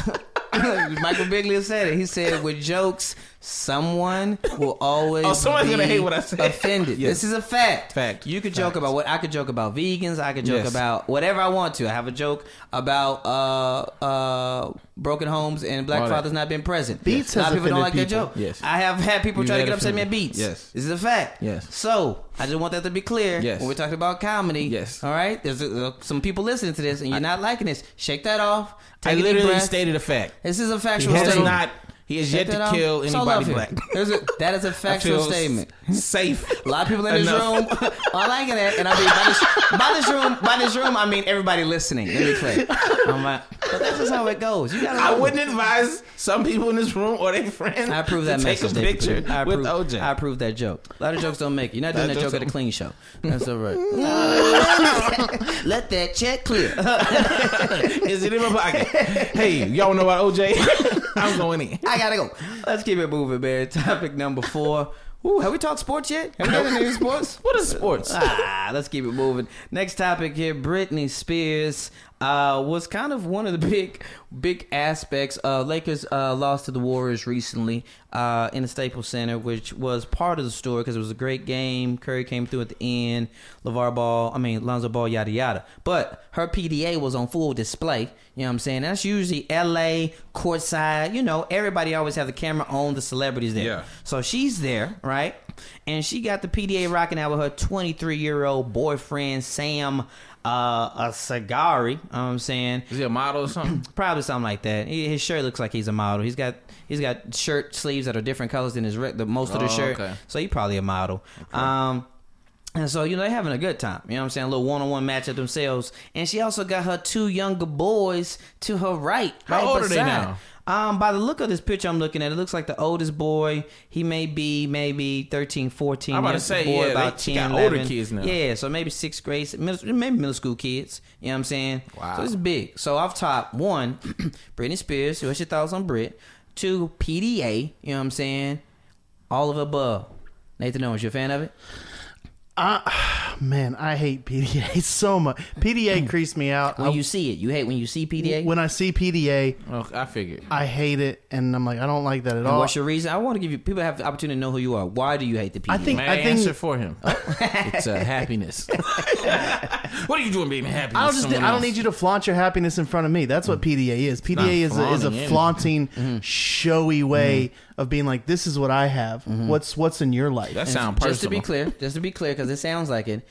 Michael Bigley said it. He said, "With jokes, someone will always Oh, someone's be gonna hate what I said. offended. Yes. This is a fact. Fact. You could joke about what I could joke about vegans. I could joke Yes. about whatever I want to. I have a joke about uh, uh, broken homes and black All that. fathers not being present. Beats A lot of has people don't like offended that joke. people. Yes. I have had people You've try to had get upset at me at offended. beats. Yes. This is a fact. Yes. So I just want that to be clear. Yes. When we're talking about comedy. Yes. All right. There's uh, some people listening to this and you're not liking this. Shake that off. Take I a deep literally breath. stated a fact. This is a He factual has statement. not. He has yet Take that to off. kill It's all love anybody here. black. There's a, that is a I factual feel statement. s- Safe. A lot of people in this Enough. room are liking that, and I mean by this, by this room, by this room, I mean everybody listening. Let me clear. I'm like, but that's just how it goes. You gotta. I know. wouldn't advise some people in this room or their friends. I approve that to take message. a David. picture I approve, with OJ. I approve that joke. A lot of jokes don't make. it. You're not Lot doing that of joke jokes at a don't- clean show. That's all right. Let that check clear. Is it in my pocket? hey, y'all know about OJ? I'm going in. I gotta go. Let's keep it moving, man. Topic number four. Ooh, have we talked sports yet? Have we done any sports? What is sports? ah, let's keep it moving. Next topic here: Britney Spears uh, was kind of one of the big, big aspects. Uh, Lakers uh, lost to the Warriors recently uh, in the Staples Center, which was part of the story because it was a great game. Curry came through at the end. LeVar Ball, I mean Lonzo Ball, yada yada. But her PDA was on full display. You know what I'm saying? That's usually LA courtside. You know, everybody always have the camera on the celebrities there. Yeah. So she's there, right? And she got the PDA rocking out with her 23 year old boyfriend, Sam uh, Asagari. You know what I'm saying? Is he a model or something? Probably something like that. He- His shirt looks like he's a model. He's got he's got shirt sleeves that are different colors than his re- the most of the Oh, shirt. okay. So he probably a model. Um, and so you know they're having a good time. You know what I'm saying? A little one on one match of themselves. And she also got her two younger boys to her right. How right old are they beside. now? Um, by the look of this picture I'm looking at, it looks like the oldest boy, he may be maybe 13, 14. I'm about to youngest say, boy yeah, about they 10, got older 11. kids now. Yeah, so maybe sixth grade, middle, maybe middle school kids. You know what I'm saying? Wow. So it's big. So off top, one, Britney Spears, what's your thoughts on Brit? Two, PDA, you know what I'm saying? All of above. Nathan Owens, you a fan of it? I, man, I hate PDA so much. PDA creased me out. When I- you see it, you hate when you see PDA. when I see PDA, Oh, I figured. I hate it, and I'm like, I don't like that at and all. what's your reason? I want to give you people have the opportunity to know who you are. Why do you hate the PDA? I think- May I, I think- answer for him? it's uh, happiness. what are you doing being happy? I with don't just. someone I don't else? need you to flaunt your happiness in front of me. Mm. That's what PDA is. not PDA is a, is a flaunting flaunting, Mm-hmm. showy way of being like, "This is what I have. Mm-hmm. What's what's in your life?" That And sound Just to personal. be clear, just to be clear, because it sounds like it.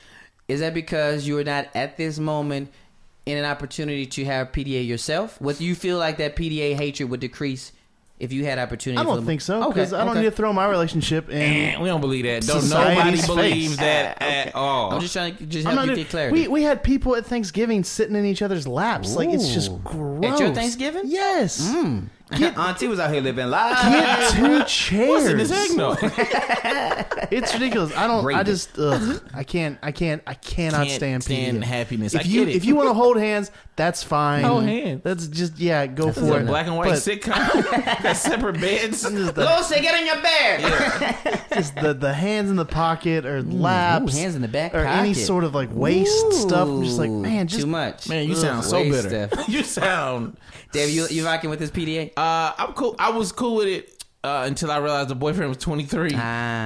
Is that because you are not at this moment in an opportunity to have PDA yourself? What do you feel like that PDA hatred would decrease if you had opportunity? I for don't them? think so Okay, because I don't okay. need to throw my relationship in. Eh, we don't believe that. Don't nobody Society's believes face. that at all. I'm just trying to just I'm help you not get doing, clarity. we we had people at Thanksgiving sitting in each other's laps. Like it's just Ooh. gross. At your Thanksgiving? Mm. Yes. Auntie was out here living live. Get two What's in chairs. this eggnog? It's ridiculous. I don't. I Gravy. just. Ugh, I can't. I can't. I cannot Can't stand stand PDA. happiness. If I you get it. if you want to hold hands, that's fine. Hold hands. That's just yeah. Go It's for a it. black and white But sitcom. Got separate beds. Lucy, get in your bed. just the the hands in the pocket or laps, ooh, hands in the back or any pocket. sort of like waist stuff. I'm just like Ooh, man, just too much. Man, you sound so Way bitter. stuff. you sound. Dave, you you rocking with this PDA? Uh, I'm cool. I was cool with it uh, until I realized the boyfriend was 23. Ah,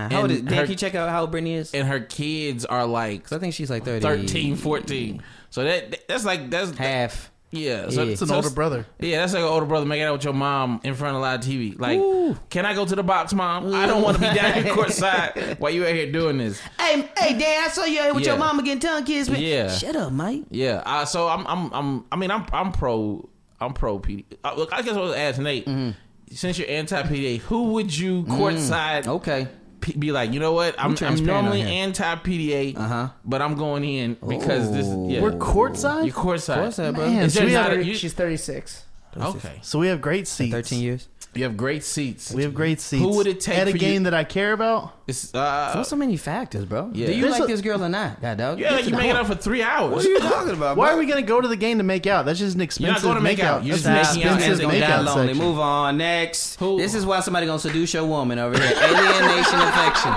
and how old is, Dan, her- can you check out how old Brittany is? and her kids are like Because I think she's like 30. 13, 14. So that that's like that's Half. yeah. So Yeah. it's an so older brother. Yeah, that's like an older brother making out with your mom in front of live TV. Like, can I go to the box, mom? I don't want to be down here courtside while you out here doing this. Hey, hey, Dan, I saw you out here with Yeah. your mama getting tongue kissed. Man. Yeah. Shut up, Mike. Yeah. Uh, so I'm, I'm, I'm. I mean, I'm, I'm pro. I'm pro PD. Uh, look, I guess I was asking Nate. Since you're anti PDA, who would you courtside? Okay. P- be like, you know what? I'm, I'm transparent normally on here. anti PDA, Uh-huh. but I'm going in because this. Yeah. We're courtside. You're courtside. Courtside, bro. Man, Is so there we not have a- you- She's 36. okay. so we have great seats. 13 years. You have great seats. We have great seats. would it take at a for you- game that I care about? It's, uh, What's so many factors, bro? Yeah. Do you There's like a- this girl or not? God, dog. yeah, like you make it up for three hours. What are you talking about, bro? Why are we going to go to the game to make out? That's just an not expensive going to make out. You're That's just an making out and expensive it's gonna makeout download lonely. section. Move on. Next. Who- This is why somebody gonna seduce your woman over here. Alienation affection.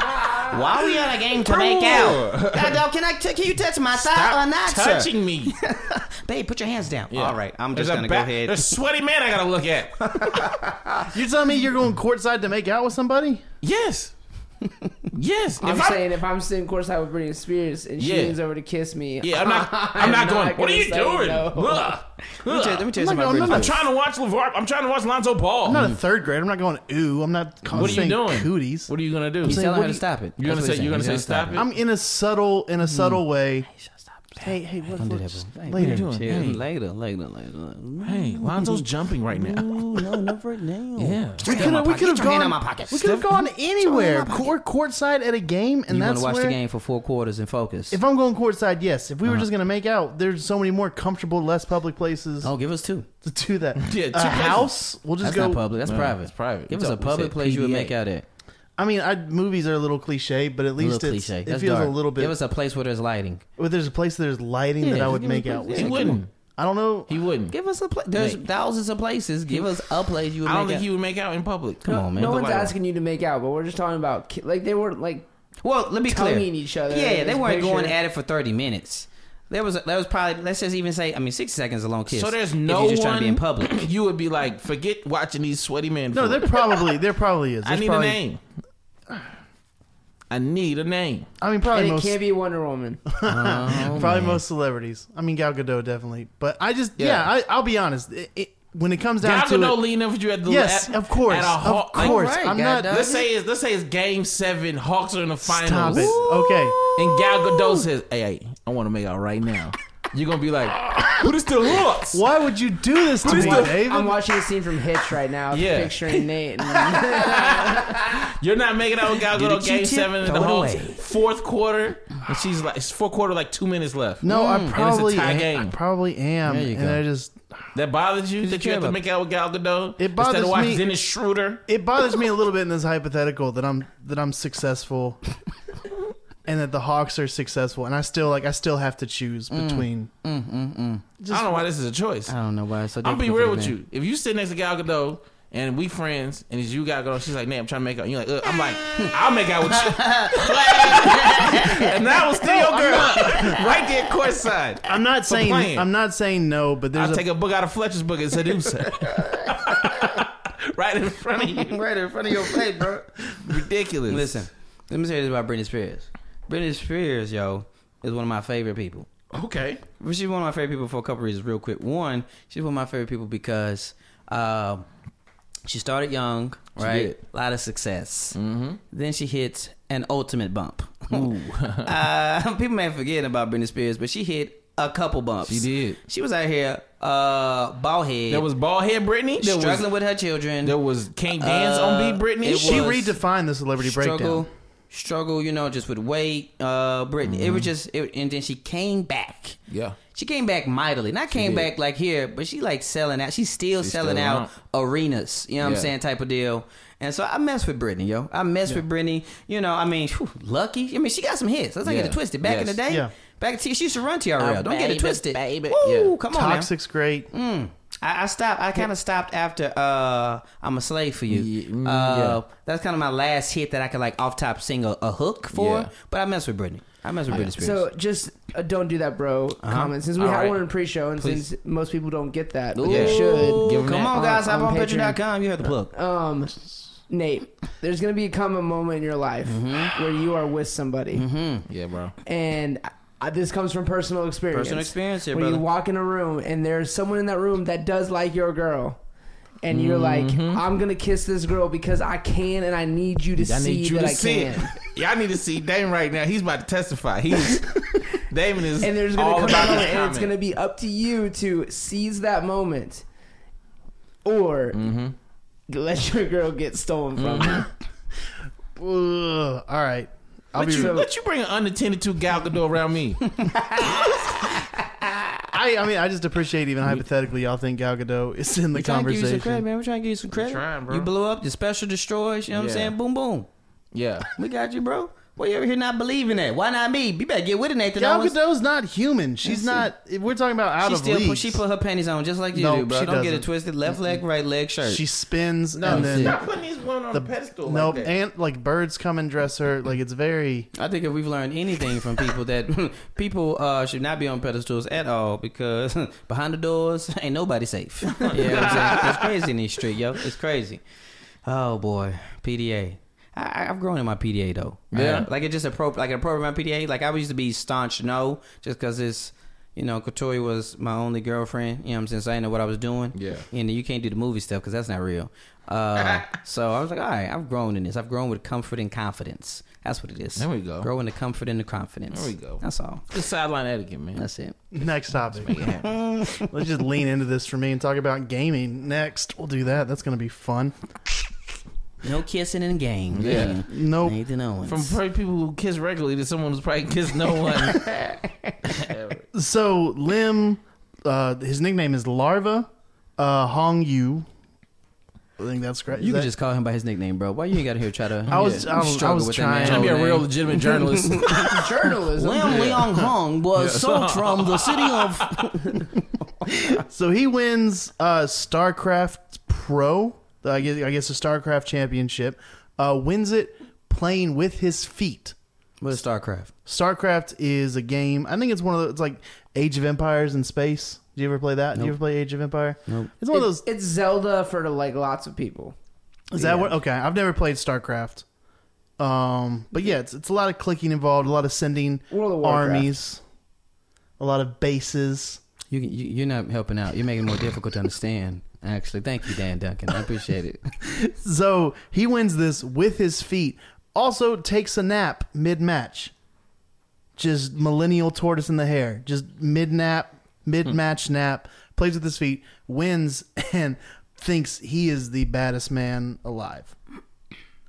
Why we on a game to make out? God, dog, can I? T- can you touch my thigh Stop or not, Uh, sir? touching me. Babe, put your hands down. Yeah. All right, I'm There's just a gonna ba- go ahead. There's a sweaty man I gotta look at. You're telling me you're going courtside to make out with somebody? yes, yes. I'm If I- saying if I'm sitting courtside with Britney Spears and she Yeah. leans over to kiss me, yeah, I'm not. I'm, not going. what are gonna you say doing? no. Ugh. Let me tell- let me tell you I'm not something about going- I'm Britney not I'm Spears. trying to watch LeVar. I'm trying to watch Lonzo Ball. I'm not Mm. a third grader. I'm not going ooh. I'm not what are you saying doing? cooties. What are you gonna do? He's telling what her do to you- stop it. You're gonna That's say- what he's you're gonna saying. say He's gonna stop it? I'm in a subtle in a subtle way. Hey, hey, what, Don't do what, that, just bro. Mm. Hey, later. what you doing? Hey. Later, later, later. Hey, Lonzo's jumping right now. Ooh, no, not right now. Yeah. We could have we could have Get your gone hand out my pocket. We could have gone anywhere. Court courtside at a game, and You want that's to watch where. the game Uh-huh. for four quarters and focus. If I'm going courtside, yes. If we were just gonna make out, there's so many more comfortable, less public places Oh, give us two. to do that. Yeah, two a places. house. We'll just That's go. not public. That's No, private. it's private. Give We us a talked- we public said place you would PDA. make out at. I mean, I, movies are a little cliche, but at A least little it's, cliche. it That's feels dark. a little bit. Give us a place where there's lighting. well, there's a place that there's lighting that Yeah, I just would give us make a out place. with. He wouldn't. I don't know. He wouldn't. Give us a place. There's Like- thousands of places. Give us a place you would I don't make think out. he would make out in public. Come on, man. No Look one's like- asking you to make out, but we're just talking about ki- like they weren't like Well, let me clear. tonguing each other. Yeah, in they this weren't picture. going at it for thirty minutes. There was there was probably let's just even say I mean sixty seconds is a long kiss. So there's If no you're just one trying to be in public. You would be like, forget watching these sweaty men. No, fool. there probably there probably is. I There's need probably- a name. I need a name. I mean, probably And it most can't be Wonder Woman. Oh, probably most celebrities. I mean, Gal Gadot definitely. But I just yeah, Yeah. I, I'll be honest. It, it, when it comes down Gal to Gadot it, leaning for you at the yes, at- of course, at a Haw- of course. right, I'm Gal not. Gadot. Let's say it's let's say it's game seven. Hawks are in the finals. Stop it. Okay. And Gal Gadot says, "Hey, hey I want to make out right now." You're gonna be like, "Who this the looks?" Why would you do this to me, is the- David? I'm watching a scene from Hitch right now. Yeah. Picturing Nate. And You're not making out with Gal the Gadot game Q-tip, seven in the throw it Hawks away. fourth quarter, and she's like, "It's fourth quarter, like two minutes left." Mm. no, I probably tie am, game. I probably am, There you and go. I just That bothers you that you care have to about make out with Gal Gadot It bothers instead of watching me. Dennis Schroeder. it bothers me a little bit in this hypothetical that I'm that I'm successful, and that the Hawks are successful, and I still like I still have to choose Mm. between. I don't know why this is a choice. I don't know why. it's So I'm difficult be for real the with man. you. If you sit next to Gal Gadot and we friends, and it's you gotta go. She's like, "Nah, I'm trying to make out." And you're like, Ugh. "I'm like, "Hmm, I'll make out with you," and I was still your girl, right there, courtside. I'm not saying playing. I'm not saying no, but there's I'll a take a book out of Fletcher's book and seduce her. right in front of you. right in front of your face, bro. Ridiculous. Listen, let me say this about Britney Spears. Britney Spears, yo, is one of my favorite people. Okay. She's one of my favorite people for a couple reasons, real quick. One, she's one of my favorite people because um, she started young, right? did. A lot of success. Mm-hmm. Then she hits an ultimate bump. Ooh. uh, people may forget about Britney Spears, but she hit a couple bumps. She did. She was out here, uh, bald head, There was bald head Brittany. There struggling was with her children. there was can't dance on Uh, beat Brittany. it she was- redefined the celebrity struggle, breakdown. struggle, you know, just with weight. Uh, Brittany, Mm-hmm. it was just, it, and then she came back. Yeah. She came back mightily. Not came did. back like here, but she like selling out. She's still She's selling still out arenas. You know what Yeah. I'm saying? Type of deal. And so I mess with Brittany, yo. I mess with Brittany. You know, I mean, whew, lucky. I mean, she got some hits. Let's not get Yeah. it twisted. Back in the Yes. Ah, day, Yeah. back to, she used to run TRL. Don't get baby, it twisted. baby. Woo, Yeah. come on. now. Mm. Toxic's great. Hmm. I, I stopped. I kind of stopped after uh, "I'm a Slave for You." Ye- mm, yeah. uh, That's kind of my last hit that I could like off top sing a, a hook for. Yeah. But I mess with Britney. I mess with Britney Spears. So just uh, don't do that, bro. Uh-huh. Comment since we All had right. one in pre-show, and Please. since most people don't get that, but Ooh, they should. Give 'em come that. on, guys. On- Hop on on, Patreon. Patreon.com. You have the plug. Um, Nate, there's gonna become a moment in your life Mm-hmm. where you are with somebody, Yeah, bro. and I, this comes from personal experience. Personal experience here, When you brother. walk in a room and there's someone in that room that does like your girl. And you're like, I'm gonna kiss this girl because I can, and I need you to Mm-hmm. I see need you that to I see can. it. Y'all need to see Damon right now. He's about to testify. He's Damon is and there's all gonna come about a this moment, and it's comment. gonna be up to you to seize that moment, or Mm-hmm. let your girl get stolen from you. Ugh, all right. I'll What be you, real. what you bring an unattended to Gal Gadot around me? I, I mean, I just appreciate even hypothetically y'all think Gal Gadot is in the Trying to give you some credit, conversation. man. We're trying to give you some credit. trying, bro. You blew up. Your special destroys. You know what Yeah. I'm saying? Boom, boom. Yeah. We got you, bro. Why you over here not believing that? Why not me? You better get with it, Nathan. Gal Owens. Gadot's not human. She's not. if We're talking about out she of still league. put, she put her panties on just like you No, do, bro. she Don't get doesn't. it twisted. Left leg, right leg, shirt. she spins No, and then shit. putting these women on the a pedestal nope and like birds come and dress her like it's very I think if we've learned anything from people that people uh, should not be on pedestals at all because behind the doors ain't nobody safe. Yeah, I'm saying? it's crazy in these streets, yo. It's crazy. Oh boy, PDA. I, I- I've grown in my PDA though. Yeah. Uh, like it just appro like it appropriate my PDA. Like I used to be staunch no, just because it's you know Katori was my only girlfriend. You know what I'm saying? So I didn't know what I was doing. Yeah. And you can't do the movie stuff because that's not real. Uh, so I was like, all right, I've grown in this. I've grown with comfort and confidence. That's what it is. There we go. Growing the comfort and the confidence. There we go. That's all. Just sideline etiquette, man. That's it. next topic. Yeah. Let's just lean into this for me and talk about gaming next. We'll do that. That's gonna be fun. No kissing in the game. Yeah. Oh. man. Nope. Nathan Owens. From probably people who kiss regularly to someone who's probably kissed no one. So Lim, uh, his nickname is Larva uh, Hong Yu. I think that's great. Is you that- can just call him by his nickname, bro. Why you ain't got here try to? I was- I was- I struggle was with trying. that Trying man's to be a whole real name. legitimate journalist. Journalism. Lam Leong Hong was sold from the city of. So he wins uh, StarCraft Pro, I guess, I guess the StarCraft Championship, uh, wins it playing with his feet. What is StarCraft? StarCraft is a game. I think it's one of those, it's like Age of Empires in space. Do you ever play that? Do you Nope. ever play Age of Empire? Nope. It's one of It's- those. it's Zelda for like lots of people. Is that what? Okay, I've never played StarCraft. Um, but yeah, it's it's a lot of clicking involved, a lot of sending World of Warcraft. armies, a lot of bases. You, can- you you're not helping out. You're making it more difficult to understand. Actually, thank you, Dan Duncan. I appreciate it. So he wins this with his feet. Also takes a nap mid match. Just millennial tortoise in the hair. Just mid nap, mid match nap. Plays with his feet, wins, and thinks he is the baddest man alive.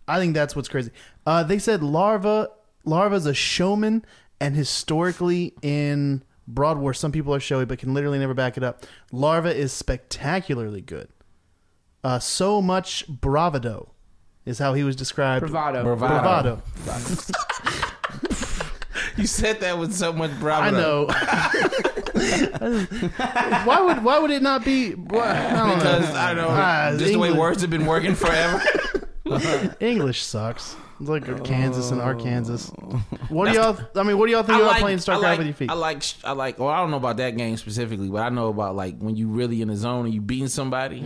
I think that's what's crazy. Uh, they said Larva Larva's a showman, and historically in Broadwar, some people are showy but can literally never back it up. Larva is spectacularly good. Uh, so much bravado is how he was described. Bravado. Bravado. Bravado. You said that with so much bravado. I know. why would why would it not be? Why, I don't Because know. I don't know. Ah, just the way England- words have been working forever. English sucks. It's like Kansas and Arkansas. What do y'all? I mean, what do y'all think about playing StarCraft Oh. I like, with your feet? I like, sh- I like, well, I don't know about that game specifically, but I know about like when you really in the zone and you beating somebody.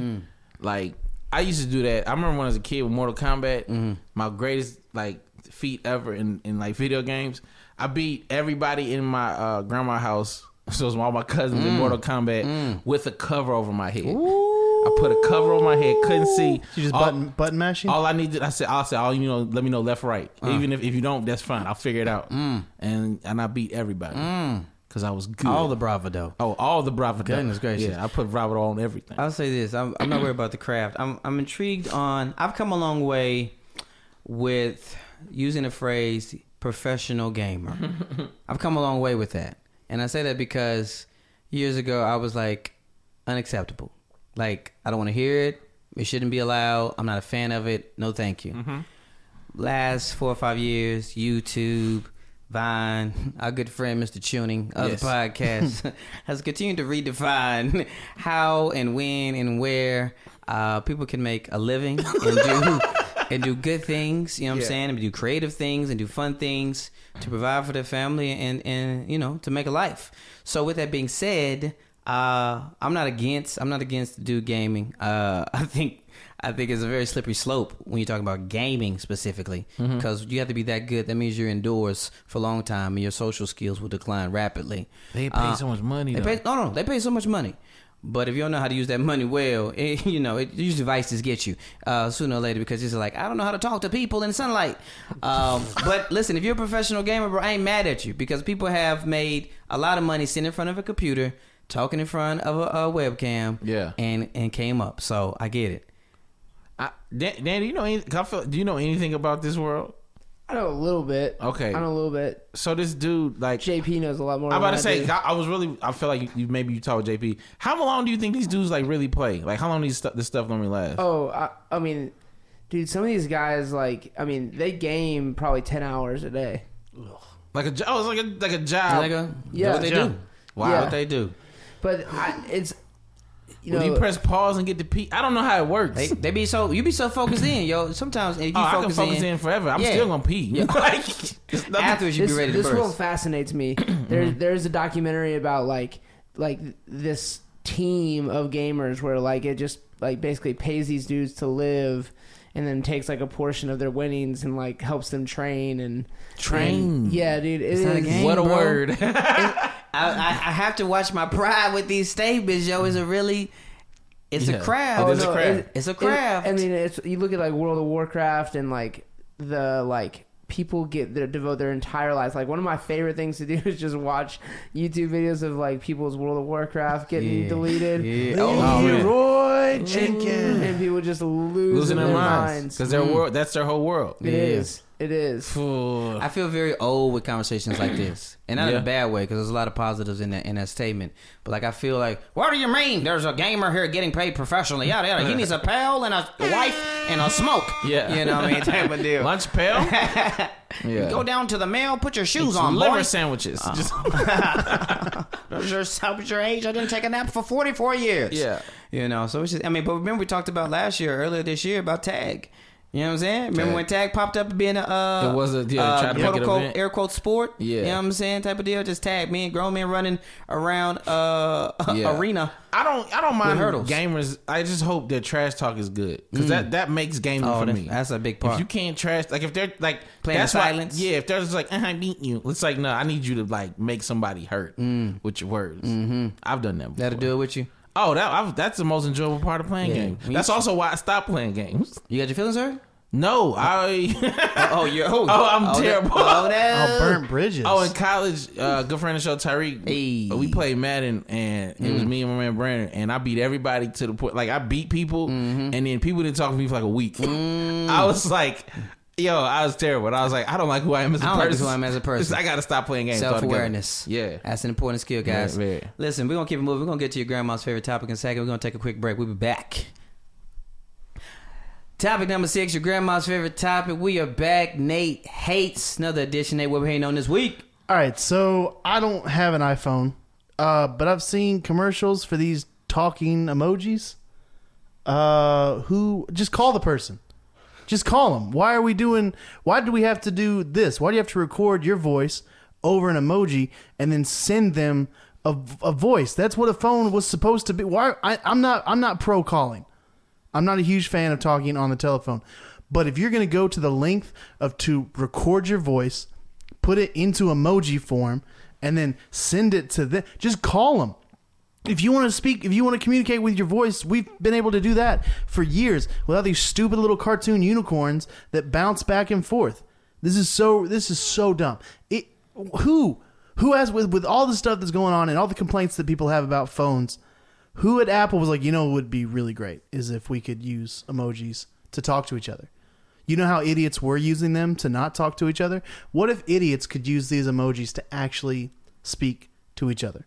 Like, I used to do that. I remember when I was a kid with Mortal Kombat, my greatest like feat ever in, in like video games. I beat everybody in my uh, grandma house. So it was all my cousins in Mortal Kombat with a cover over my head. I put a cover on my head, couldn't see. you just All- button button mashing. all I need to, I said, I said, all you know, let me know left, right. Even if, if you don't, that's fine. I'll figure it out. And and I beat everybody because I was good. All the bravado. oh, all the bravado. Goodness gracious. Uh, Yeah, I put bravado on everything. I'll say this: I'm, I'm not worried about the craft. I'm I'm intrigued on. I've come a long way with using the phrase professional gamer. I've come a long way with that, and I say that because years ago I was like unacceptable. Like I don't want to hear it. It shouldn't be allowed. I'm not a fan of it. No, thank you. Last four or five years, YouTube. Vine, our good friend Mr. Tuning of Yes. the podcast has continued to redefine how and when and where uh, people can make a living and do and do good things. You know what I'm Yeah. saying? And do creative things and do fun things to provide for their family and and you know to make a life. So with that being said, uh, I'm not against I'm not against do gaming. Uh, I think. I think it's a very slippery slope when you're talking about gaming specifically, because you have to be that good. That means you're indoors for a long time, and your social skills will decline rapidly. They pay so much money, They though. pay, no, no, they pay so much money. But if you don't know how to use that money well, it, you know, it, these devices get you uh, sooner or later because it's like, I don't know how to talk to people in sunlight. Um, but listen, if you're a professional gamer, bro, I ain't mad at you because people have made a lot of money sitting in front of a computer, talking in front of a, a webcam, Yeah. and and came up. So I get it. I, Dan, Dan, do you know? Any, 'cause I feel, do you know anything about this world? I know a little bit. Okay. I know a little bit. So this dude, like, JP knows a lot more. I'm about than to say, I do. I, I was really. I feel like you, you maybe you talked with JP. How long do you think these dudes like really play? Like, how long these stu- this stuff normally last? Oh, I, I mean, dude, some of these guys, like, I mean, they game probably ten hours a day. Like a jo- oh, it's like a like a job. Nigga, yeah. what they Yeah. do. Wow. Yeah. What they do. But I, it's, you Well, know, do you press pause and get the P? I don't know how it works. They, they be so you be so focused in, yo. Sometimes if you oh, I can focus, focus in, forever. I'm Yeah. still gonna pee. Yeah. like, there's nothing- after you this, be ready to this burst. world fascinates me. There, there's a documentary about like, like this team of gamers where like it just like basically pays these dudes to live. And then takes like a portion of their winnings and like helps them train and Train. and- yeah, dude, it It's not a is- game, what a bro. word. I, I, I have to watch my pride with these statements, yo. It's a really, it's Yeah. a craft. It is a Oh, no, craft. It's, a craft. I mean, it's you look at like World of Warcraft and like the like people get their devote their entire lives. Like one of my favorite things to do is just watch YouTube videos of like people's World of Warcraft getting Yeah. deleted. Yeah. Oh, man. Leroy Jenkins, and people just losing, Losing their minds minds. because Mm. their world. That's their whole world. It is. It is. Phew. I feel very old with conversations like this, and not Yeah. in a bad way, because there's a lot of positives in that in that statement. But like, I feel like, what do you mean? There's a gamer here getting paid professionally. Yada yada. He needs a pal and a wife and a smoke. Yeah. you know what I mean. Type of deal. Lunch pail. yeah. Go down to the mail, put your shoes on, liver boy. Uh-huh. sandwiches. Just- was your, I was your age. I didn't take a nap for 44 years. Yeah. You know, so it's just, I mean, but remember we talked about last year, earlier this year about tag. You know what I'm saying? Remember Tag. when tag popped up being a, uh, It was a- yeah, uh, tried to make it quote unquote, event. air quote sport? Yeah. You know what I'm saying? Type of deal. Just tag me and grown men running around uh, Yeah. arena. I don't. I don't mind hurdles. gamers. I just hope their trash talk is good because that that makes gaming Oh, for that- me. that's a big part. If you can't trash, like if they're like Playing that's in why- silence. yeah. If they're just like "Uh, I beat you, it's like no. I need you to like make somebody hurt Mm. with your words. Mm-hmm. I've done that. Before. That'll do it with you. Oh, that I've, that's the most enjoyable part of playing Yeah. games. When you That's ch- also why I stopped playing games. You got your feelings hurt? No, I. Oh, you're oh, I'm that- terrible. oh, that- oh, burnt bridges. oh, in college, uh, good friend of the show Tyreek. Hey. Mm. We played Madden, and it was me and my man Brandon, and I beat everybody to the point. Like I beat people, Mm-hmm. and then people didn't talk to me for like a week. Mm. I was like. Yo, I was terrible. And I was like, I don't like who I am as a I don't like person. who I am as a person. I gotta stop playing games. Self altogether. awareness. Yeah. That's an important skill, guys. Yeah, yeah. Listen, we're going to keep it moving. We're going to get to your grandma's favorite topic in a second. We're going to take a quick break. We'll be back. Topic number six, your grandma's favorite topic. We are back. Nate hates another edition. Nate, what we hating on this week? All right, so I don't have an iPhone, uh, but I've seen commercials for these talking emojis. Uh, who just call the person? Just call them. Why are we doing? Why do we have to do this? Why do you have to record your voice over an emoji and then send them a, a voice? That's what a phone was supposed to be. Why I, I'm not I'm not pro calling. I'm not a huge fan of talking on the telephone. But if you're going to go to the length of to record your voice, put it into emoji form, and then send it to them, just call them. If you want to speak, if you want to communicate with your voice, we've been able to do that for years without these stupid little cartoon unicorns that bounce back and forth. This is so this is so dumb. It who who has with with all the stuff that's going on and all the complaints that people have about phones, who at Apple was like, you know, what would be really great is if we could use emojis to talk to each other. You know how idiots were using them to not talk to each other? What if idiots could use these emojis to actually speak to each other?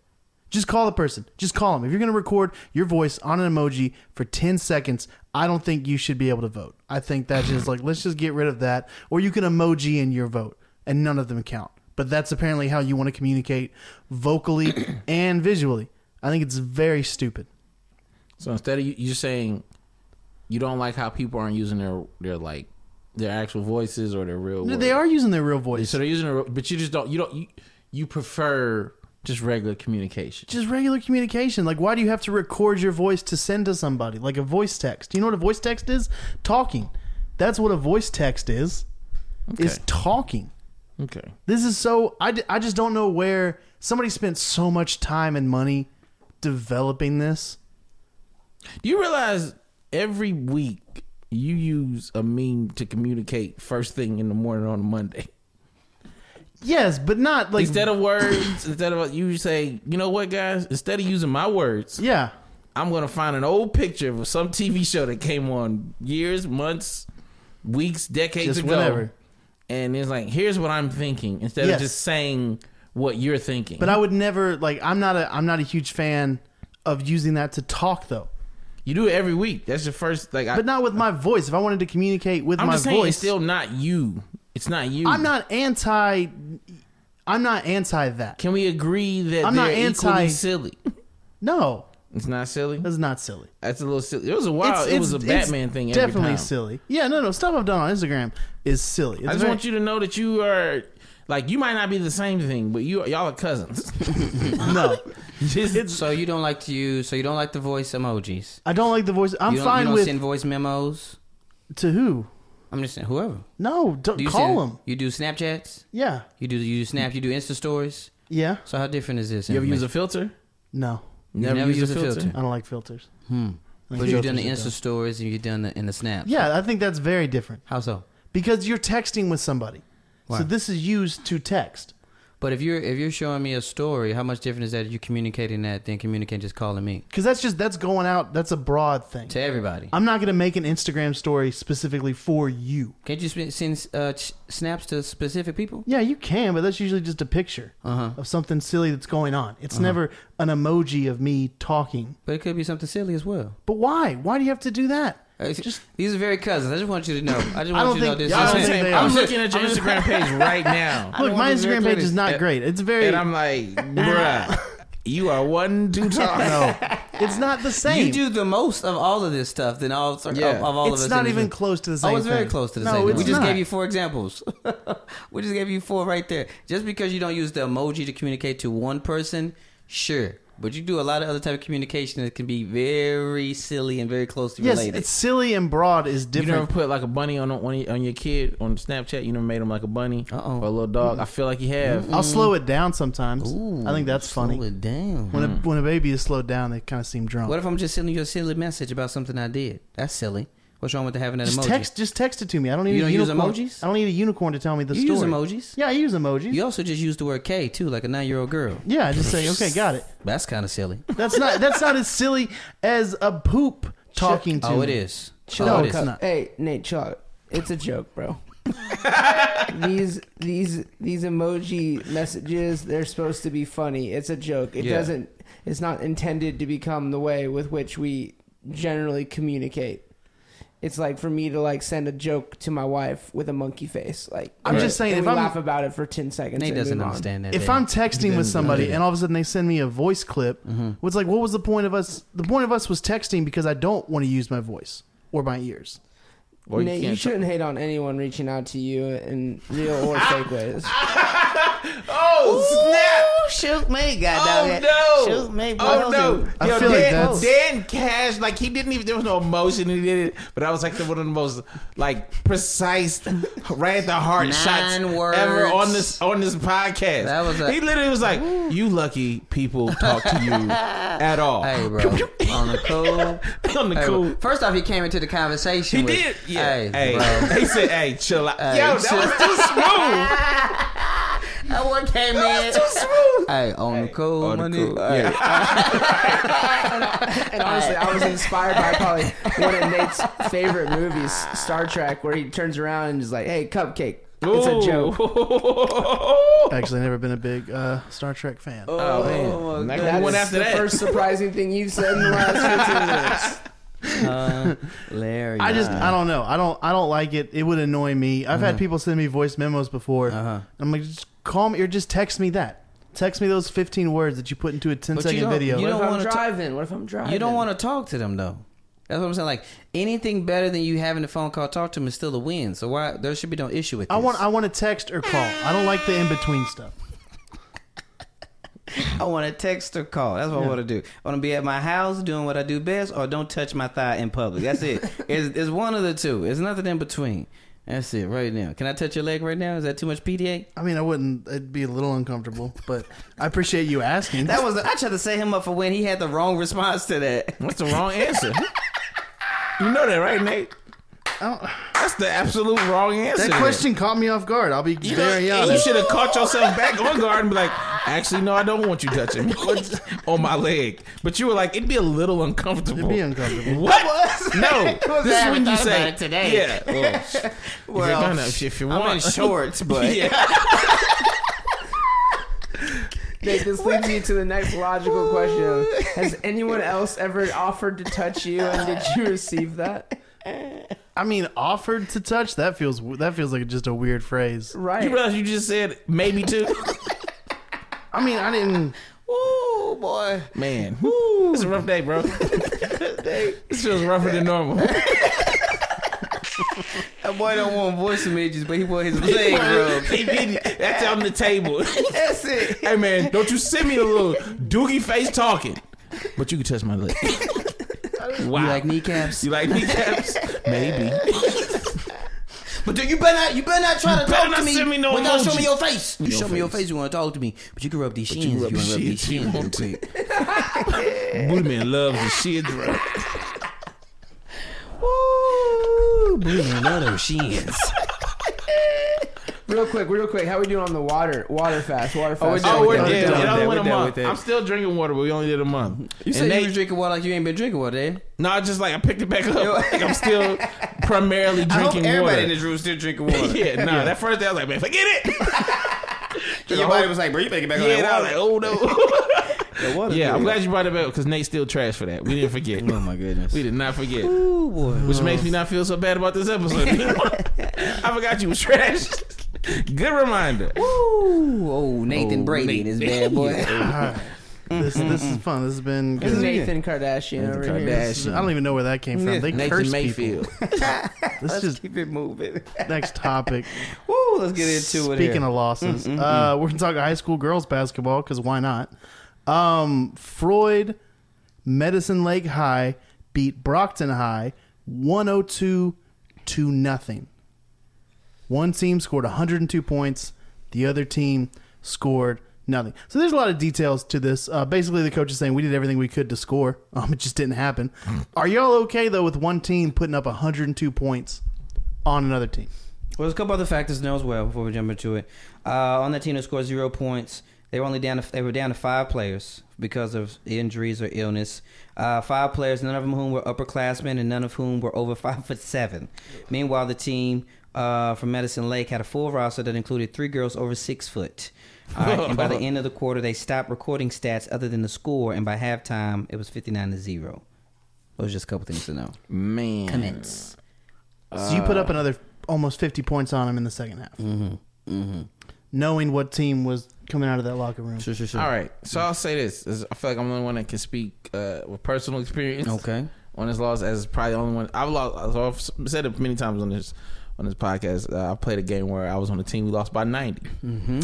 Just call the person. Just call them. If you're going to record your voice on an emoji for 10 seconds, I don't think you should be able to vote. I think that's just like, let's just get rid of that. Or you can emoji in your vote, and none of them count. But that's apparently how you want to communicate vocally and visually. I think it's very stupid. So instead of you, you're saying you don't like how people aren't using their their like their actual voices or their real. No, words. They are using their real voice. So they're using their, but you just don't. You don't. You, you prefer just regular communication. Just regular communication. Like, why do you have to record your voice to send to somebody? Like a voice text. You know what a voice text is? Talking. That's what a voice text is. Is Okay. talking. Okay. This is so. I, d- I just don't know where somebody spent so much time and money developing this. Do you realize every week you use a meme to communicate first thing in the morning on a Monday? Yes, but not like. Instead of words, instead of you say, you know what, guys? Instead of using my words, yeah. I'm gonna find an old picture of some TV show that came on years, months, weeks, decades Just ago, whenever. and it's like, here's what I'm thinking, instead Yes. of just saying what you're thinking. But I would never like. I'm not a. I'm not a huge fan of using that to talk though. you do it every week. That's your first like. I, But not with my voice. If I wanted to communicate with I'm my just saying, voice, it's still not you. It's not you. I'm not anti. I'm not anti that. Can we agree that I'm they're not anti- equally silly? No, It's not silly. that's not silly. That's a little silly. It was a while. it was a Batman thing. Every definitely time. silly. Yeah, no, no. Stuff I've done on Instagram is silly. It's I just very- want you to know that you are like you might not be the same thing, but you y'all are cousins. No, So you don't like to use. So you don't like the voice emojis. I don't like the voice. I'm you don't, you fine don't with send voice memos. to who. I'm just saying whoever. No, don't Do you call send- them. You do Snapchats. Yeah, You do you do snap. You do Insta stories. yeah. So how different is this? You ever use a information? filter? No, never use a filter. I don't like filters. Hmm. But you've done the Insta stories and you've done the in the snaps. Yeah, I think that's very different How so? because you're texting with somebody. Why? So this is used to text. But if you're if you're showing me a story, how much different is that? You communicating that than communicating just calling me Because that's just that's going out. That's a broad thing. to everybody. I'm not going to make an Instagram story specifically for you. Can't you sp- send uh, ch- snaps to specific people? Yeah, you can, but that's usually just a picture Uh-huh. of something silly that's going on. It's never an emoji of me talking. But it could be something silly as well. But why? Why do you have to do that? Uh, Just- these are very cousins. I just want you to know. I just don't want you to know think- this. I is don't think they are. I'm I'm looking at your Instagram page right now, Look, my wanna be very Instagram page is clear. not great. It's very and I'm like, bruh, you are one too tall. no. It's not the same. You do the most of all of this stuff than all of, Yeah. of, of all It's of us. not individually. even close to the Oh, same it's very thing. close to the No, same. thing. it's We just not. gave you four examples. we just gave you four right there. Just because you don't use the emoji to communicate to one person, sure, but you do a lot of other type of communication that can be very silly and very closely Yes, related. it's silly and broad is You never different. put like a bunny on on, your- on your kid on Snapchat. You never made him like a bunny Uh-oh. or a little dog. I feel like you have. I'll slow it down sometimes. mm. Ooh, I think that's slow funny. it down. When a, when a baby is slowed down, they kind of seem drunk. What if I'm just sending you a silly message about something I did? That's silly. What's wrong with having that just emoji? text, just text it to me. I don't need a You don't use unicorn. emojis? I don't need a unicorn to tell me the You use story. emojis? Yeah, I use emojis. You also just used the word "k" too, like a nine-year-old girl. Yeah, I just say, okay, got it. That's kind of silly. That's not that's not as silly as a poop talking to. Oh, me. it is. Chill No, oh, out, it is. it's Cup. not. Hey, Nate, chill out. It's a joke, bro. these these these emoji messages, they're supposed to be funny. It's a joke. It Yeah. doesn't it's not intended to become the way with which we generally communicate. it's like for me to like send a joke to my wife with a monkey face. Like I'm just saying, and if we I'm- laugh about it for ten seconds. Nate and doesn't move on. understand that. If baby. I'm texting with somebody and all of a sudden they send me a voice clip, Mm-hmm. it's like, what was the point of us? The point of us was texting because I don't want to use my voice or my ears. Or you Nate, you, can't- shouldn't hate on anyone reaching out to you in real or fake ways. Oh shoot me, Oh goddamn! no! Shoot me, boy. oh no! I Yo, feel like Dan, that's- Dan Cash, like he didn't even there was no emotion he did it, but I was like the one of the most like precise, right at the heart Nine shots words. ever on this on this podcast. That was a- he literally was like, "You lucky people talk to you at all." Hey, bro, on the cool. on the Hey, cool. First off, he came into the conversation. He with, did, yeah. Hey, Hey, he said, "Hey, chill out." Hey, Yo, that chill- was too smooth. bro. That one came in. Too smooth. Hey, on the cool, on the money. cool, Hey, And honestly, I was inspired by probably one of Nate's favorite movies, Star Trek, where he turns around and is like, "Hey, cupcake, it's a joke." joke. Actually, never been a big uh, Star Trek fan. Oh Oh, man, my Next That's one after the that. first surprising thing you've said in the last 15 minutes. hilarious. I just I don't know. I don't I don't like it. It would annoy me. I've Mm-hmm. had people send me voice memos before. Uh-huh. I'm like, just call me or just text me that. Text me those 15 words that you put into a 10 But second you don't- video. you What don't if I'm wanna t- driving? what if I'm driving? You don't want to talk to them though. That's what I'm saying. Like anything better than you having a phone call talk to them is still a win. So why there should be no issue with. This. I want I want to text or call. I don't like the in between stuff. I want to text or call. That's what I want to do. I want to be at my house doing what I do best, or don't touch my thigh in public. That's it. it's, it's one of the two. It's nothing in between. That's it right now. Can I touch your leg right now? Is that too much PDA? I mean, I wouldn't. It'd be a little uncomfortable, but I appreciate you asking. That was I tried to set him up for when he had the wrong response to that. That's the wrong answer. you know that, right, Nate? That's the absolute wrong answer. that question caught me off guard. I'll be You, know, very and you honest. should have caught yourself back on guard and be like, actually, no, I don't want you touching me on my leg. But you were like, it'd be a little uncomfortable. It'd be uncomfortable. What? No. was- I this is haven't when you thought about say it today. Oh, Yeah. Well, if you're gonna, if, you- if you want, I'm in shorts, but yeah. Nate, this leads you to the next logical question: Has anyone else ever offered to touch you, and did you receive that? I mean, offered to touch. That feels that feels like just a weird phrase. Right. You realize you just said maybe too. I mean, I didn't. Ooh, boy. Man, it's a rough day, bro. this feels rougher than normal. That boy don't want voice images, but he want his leg rubbed. He did it. That's on the table. That's it. hey man, don't you send me a little doogie face talking. But you can touch my leg. wow. You like kneecaps? You like kneecaps? Maybe. But do you better not you better not try to better talk to not me send me no without showing me emoji. your face. You Your show me your face. face, you wanna talk to me. But you can rub these shins you if rub you wanna shins rub these if you shins real want to. quick. Booty man loves the shit, bro. Ooh, boy, man, love those shins. Real quick, real quick. How we doing on the water? Water fast. Water fast. we're doing Oh, we we're done, done. we done, we It only done, went a we done, we month. done. I'm still drinking water, but we only did a month. You said and you was drinking water like you ain't been drinking water, eh? No, I just like I picked it back up. Like, I'm still primarily drinking I hope everybody water. in this room still drinking water. yeah, nah. That first day I was like, man, forget it. Your body was like, bro, you better get back yeah, on and I that was water. like, oh no. water yeah, I'm glad you brought it up because Nate's still trash for that. We didn't forget. Oh my goodness. We did not forget. Ooh boy. Which makes me not feel so bad about this episode. anymore. I forgot you was trash. Good reminder. Ooh, oh Nathan Oh, Brady Nate- and his bad boy. This this is fun. This has been. Good. Nathan Kardashian over here. This is- I don't even know where that came from. They Nathan curse Mayfield. people. This is Keep it moving. next topic. Woo, let's get into it. Speaking here. Mm, of losses, uh, we're gonna talk high school girls basketball because why not? Um, Freud, Medicine Lake High beat Brockton High 102 to nothing. One team scored 102 points. The other team scored nothing. So there's a lot of details to this. Uh, basically, the coach is saying we did everything we could to score. Um, it just didn't happen. Are y'all okay though with one team putting up 102 points on another team? Well, there's a couple other factors now as well before we jump into it. Uh, on that team that scored zero points, they were only down. To, they were down to five players because of injuries or illness. Uh, five players, none of whom were upperclassmen, and none of whom were over five foot seven. Meanwhile, the team uh, from Medicine Lake had a full roster that included three girls over six foot. All right, and by the end of the quarter, they stopped recording stats other than the score, and by halftime, it was fifty nine to zero. Those are just a couple things to know. Man. Commence. So you put up another almost 50 points on him in the second half. Mm-hmm. Mm-hmm. Knowing what team was coming out of that locker room. Sure, sure, sure. All right, so I'll say this: is I feel like I'm the only one that can speak uh, with personal experience. Okay. On his loss, as probably the only one I've lost. I've said it many times on this on this podcast. Uh, I played a game where I was on a team we lost by 90. Mm-hmm.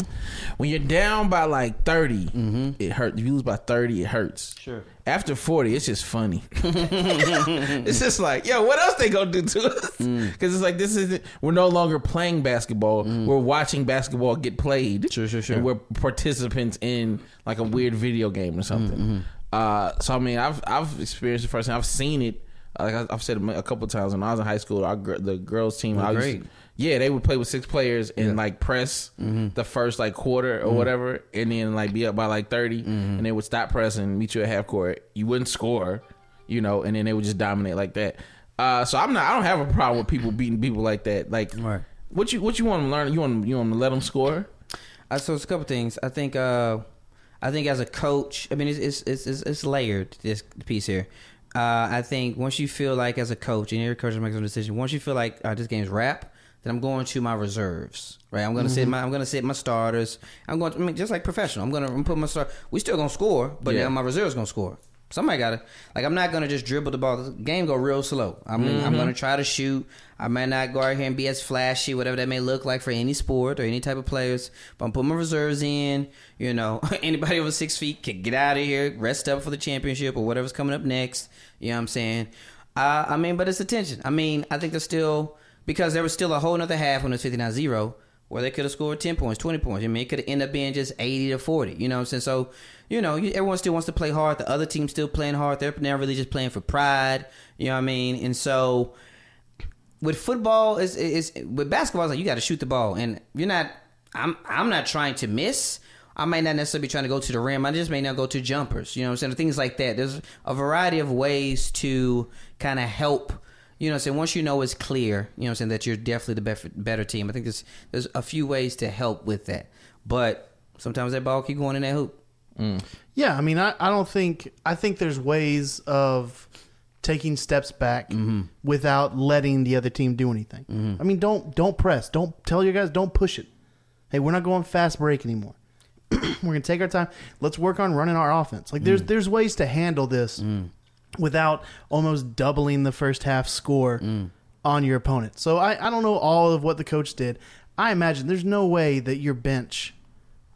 When you're down by like 30, Mm-hmm. it hurts. If you lose by 30, it hurts. Sure. After 40, it's just funny. it's just like, yo, what else they gonna do to us? Because Mm. it's like this is we're no longer playing basketball. We're watching basketball get played. Sure, sure, sure. And we're participants in like a weird video game or something. Mm-hmm. Uh, so I mean, I've I've experienced it firsthand. I've seen it. uh, Like I- I've said it a couple times when I was in high school, our gr- the girls team. I was, great. Yeah, they would play with six players and like press Mm-hmm. the first like quarter or whatever, and then like be up by like 30 Mm-hmm. and they would stop pressing, meet you at half court. You wouldn't score, you know, and then they would just dominate like that. Uh, so I'm not. I don't have a problem with people beating people like that. Like, Right. what you what you want to learn? You want you want to let them score? Uh, so it's a couple things. I think uh, I think as a coach, I mean it's it's it's, it's, it's layered this piece here. Uh, I think once you feel like as a coach, and every coach makes a decision. Once you feel like uh, this game's wrap, then I'm going to my reserves. Right, I'm gonna sit my I'm gonna sit my starters. I'm going to, I mean, just like professional. I'm gonna I'm put my star. We still gonna score, but Yeah. now my reserves gonna score. Somebody gotta like. I'm not gonna just dribble the ball. The game go real slow. I'm I'm gonna try to shoot. I might not go out here and be as flashy, whatever that may look like for any sport or any type of players. But I'm putting my reserves in. You know, anybody over six feet can get out of here, rest up for the championship or whatever's coming up next. You know what I'm saying? Uh, I mean, but it's attention. I mean, I think there's still because there was still a whole nother half when it was 59-0 where they could have scored 10 points 20 points i mean it could end up being just 80 to 40 you know what i'm saying so you know you- everyone still wants to play hard the other team's still playing hard they're now really just playing for pride you know what i mean and so with football is is with basketball it's like you got to shoot the ball and you're not I'm I'm not trying to miss. I might not necessarily be trying to go to the rim. I just may not go to jumpers. You know what I'm saying? Things like that. There's a variety of ways to kind of help. You know what I'm saying? Once you know it's clear, you know what I'm saying, that you're definitely the bef- better team. I think there's there's a few ways to help with that. But sometimes that ball keep going in that hoop. Yeah, I mean, I, I don't think I think there's ways of taking steps back without letting the other team do anything. I mean, don't don't press. Don't tell your guys don't push it. Hey, we're not going fast break anymore. we're gonna take our time. Let's work on running our offense. Like there's there's ways to handle this without almost doubling the first half score on your opponent. So I, I don't know all of what the coach did. I imagine there's no way that your bench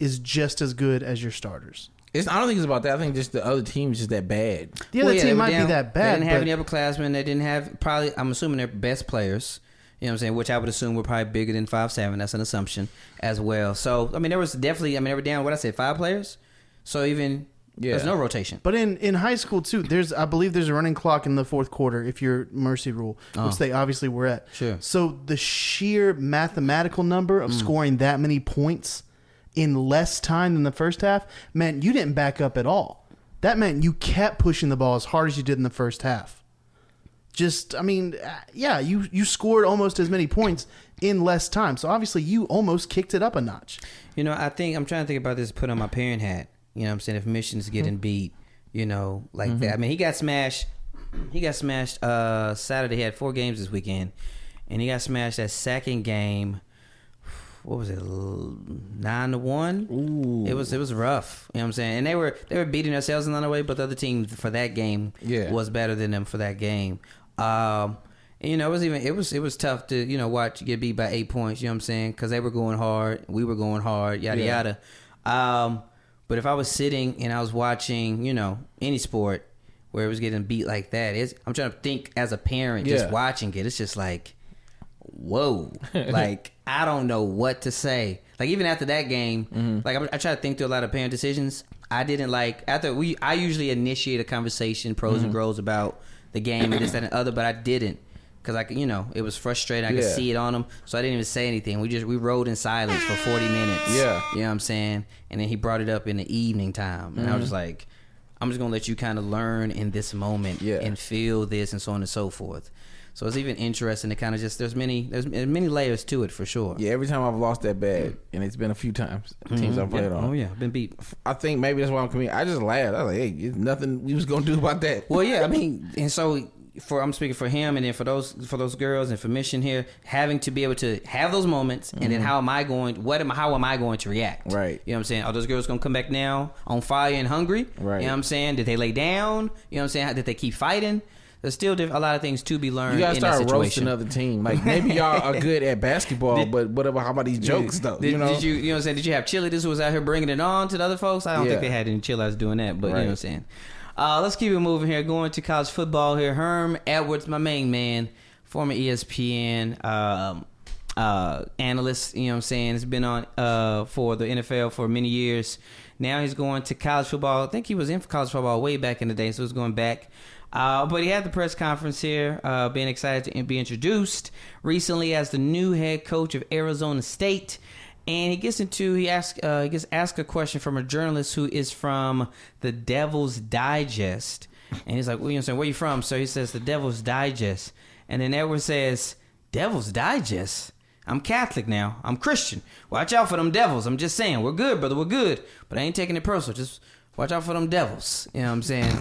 is just as good as your starters. It's, I don't think it's about that. I think just the other team's just that bad. The other Well, yeah, they team were might down. be that They bad. didn't have but any upperclassmen. They didn't have probably. I'm assuming their best players. You know what I'm saying? Which I would assume were probably bigger than five seven. That's an assumption as well. So I mean, there was definitely. I mean, they were down. What I said, five players. So even Yeah. there's no rotation. but in, in high school too, there's I believe there's a running clock in the fourth quarter if you're mercy rule, which they obviously were at. Oh. Sure. Mm. So the sheer mathematical number of scoring that many points in less time than the first half meant you didn't back up at all. That meant you kept pushing the ball as hard as you did in the first half. Just I mean, uh, yeah, you you scored almost as many points in less time. So obviously you almost kicked it up a notch. You know, I think I'm trying to think about this. Put on my parent hat. You know, what I'm saying if Mission's Mm-hmm. getting beat, you know, like that. I mean, he got smashed. He got smashed. Uh, Saturday he had four games this weekend, and he got smashed that second game. What was it? l- Nine to one. Ooh. It was it was rough. You know what I'm saying? And they were they were beating themselves in another way, but the other team for that game Yeah. was better than them for that game. Um, and, you know, it was even it was it was tough to you know watch you get beat by eight points. You know what I'm saying? Because they were going hard, we were going hard, yada Yeah. yada. Um, but if I was sitting and I was watching, you know, any sport where it was getting beat like that, it's, I'm trying to think as a parent just Yeah. watching it. It's just like, whoa, like I don't know what to say. Like even after that game, Mm-hmm. like I, I try to think through a lot of parent decisions. I didn't like after we. I usually initiate a conversation, pros Mm-hmm. and grows about the game and this that and other, but I didn't because I could, you know, it was frustrating. I could Yeah. see it on him, so I didn't even say anything. We just we rode in silence for forty minutes. Yeah. you know what I'm saying. And then he brought it up in the evening time, Mm-hmm. and I was just like. I'm just gonna let you kind of learn in this moment Yeah. and feel this and so on and so forth. So it's even interesting to kind of just there's many there's many layers to it for sure. Yeah, every time I've lost that bad, and it's been a few times teams I've played on. Oh yeah, been beat. I think maybe that's why I'm coming. I just laughed. I was like, "Hey, it's nothing we was gonna do about that." Well, yeah, I mean, and so for I'm speaking for him, and then for those for those girls and for Mission here, having to be able to have those moments, and then how am I going? What am how am I going to react? Mm-hmm. Right. You know what I'm saying? Are those girls gonna come back now on fire and hungry? Right. You know what I'm saying? Did they lay down? You know what I'm saying? Did they keep fighting? There's still diff- a lot of things to be learned. You gotta in that start roasting situation. another team. Like maybe y'all are good at basketball, but what about how about these jokes though? Did, you know, did you you know what I'm saying? Did you have cheerleaders who was out here bringing it on to the other folks? I don't Yeah. think they had any cheerleaders doing that, but you know Right. what I'm saying. Uh, let's keep it moving here. Going to college football here. Herm Edwards, my main man, former E ESPN um, uh, analyst. You know what I'm saying? Has been on uh, for the NFL for many years. Now he's going to college football. I think he was in for college football way back in the day, so he's going back. Uh, but he had the press conference here, uh, being excited to be introduced recently as the new head coach of Arizona State. And he gets into he asks uh, he gets asked a question from a journalist who is from the Devil's Digest, and he's like, "Well, you know, what I'm saying, where you from?" So he says, "The Devil's Digest," and then Edward says, "Devil's Digest." I'm Catholic now. I'm Christian. Watch out for them devils. I'm just saying, we're good, brother. We're good, but I ain't taking it personal. Just watch out for them devils. You know what I'm saying?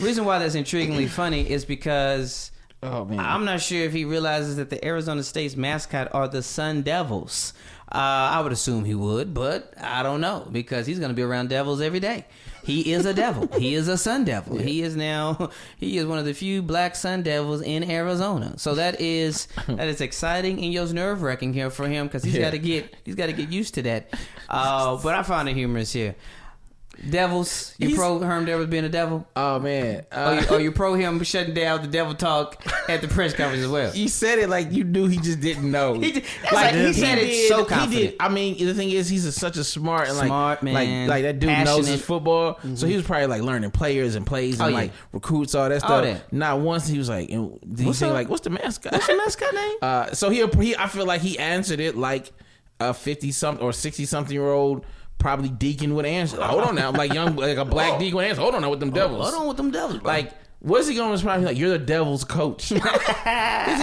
Reason why that's intriguingly funny is because Oh, man. I'm not sure if he realizes that the Arizona State's mascot are the Sun Devils. Uh, I would assume he would, but I don't know because he's going to be around devils every day. He is a devil. he is a Sun Devil. He is now he is one of the few black Sun Devils in Arizona. So that is that is exciting and yo's nerve wracking here for him because he's Yeah. got to get he's got to get used to that. Uh, but I found it humorous here. Devils, you He's- pro Herm Devils being a devil. oh man, Oh, uh, you, oh, you pro him shutting down the devil talk at the press conference as well. you said it like you knew he just didn't know. He did- that's like he said it so confident. I mean, the thing is, he's a, such a smart and like Smart man, like like that dude knows his passionate. Mm-hmm. football. So he was probably like learning players and plays and Oh, yeah. like recruits all that stuff. All that. Not once he was like, and did he What's say up? like, what's the mascot? What's your mascot name? Uh, so he, he, I feel like he answered it like a fifty something or sixty something year old, probably deacon would answer. Hold on now, like young, like a black deacon would answer. Hold on now with them devils. Hold on with them devils. Like, Like, what's he gonna respond? He's like, "You're the devil's coach." He's gonna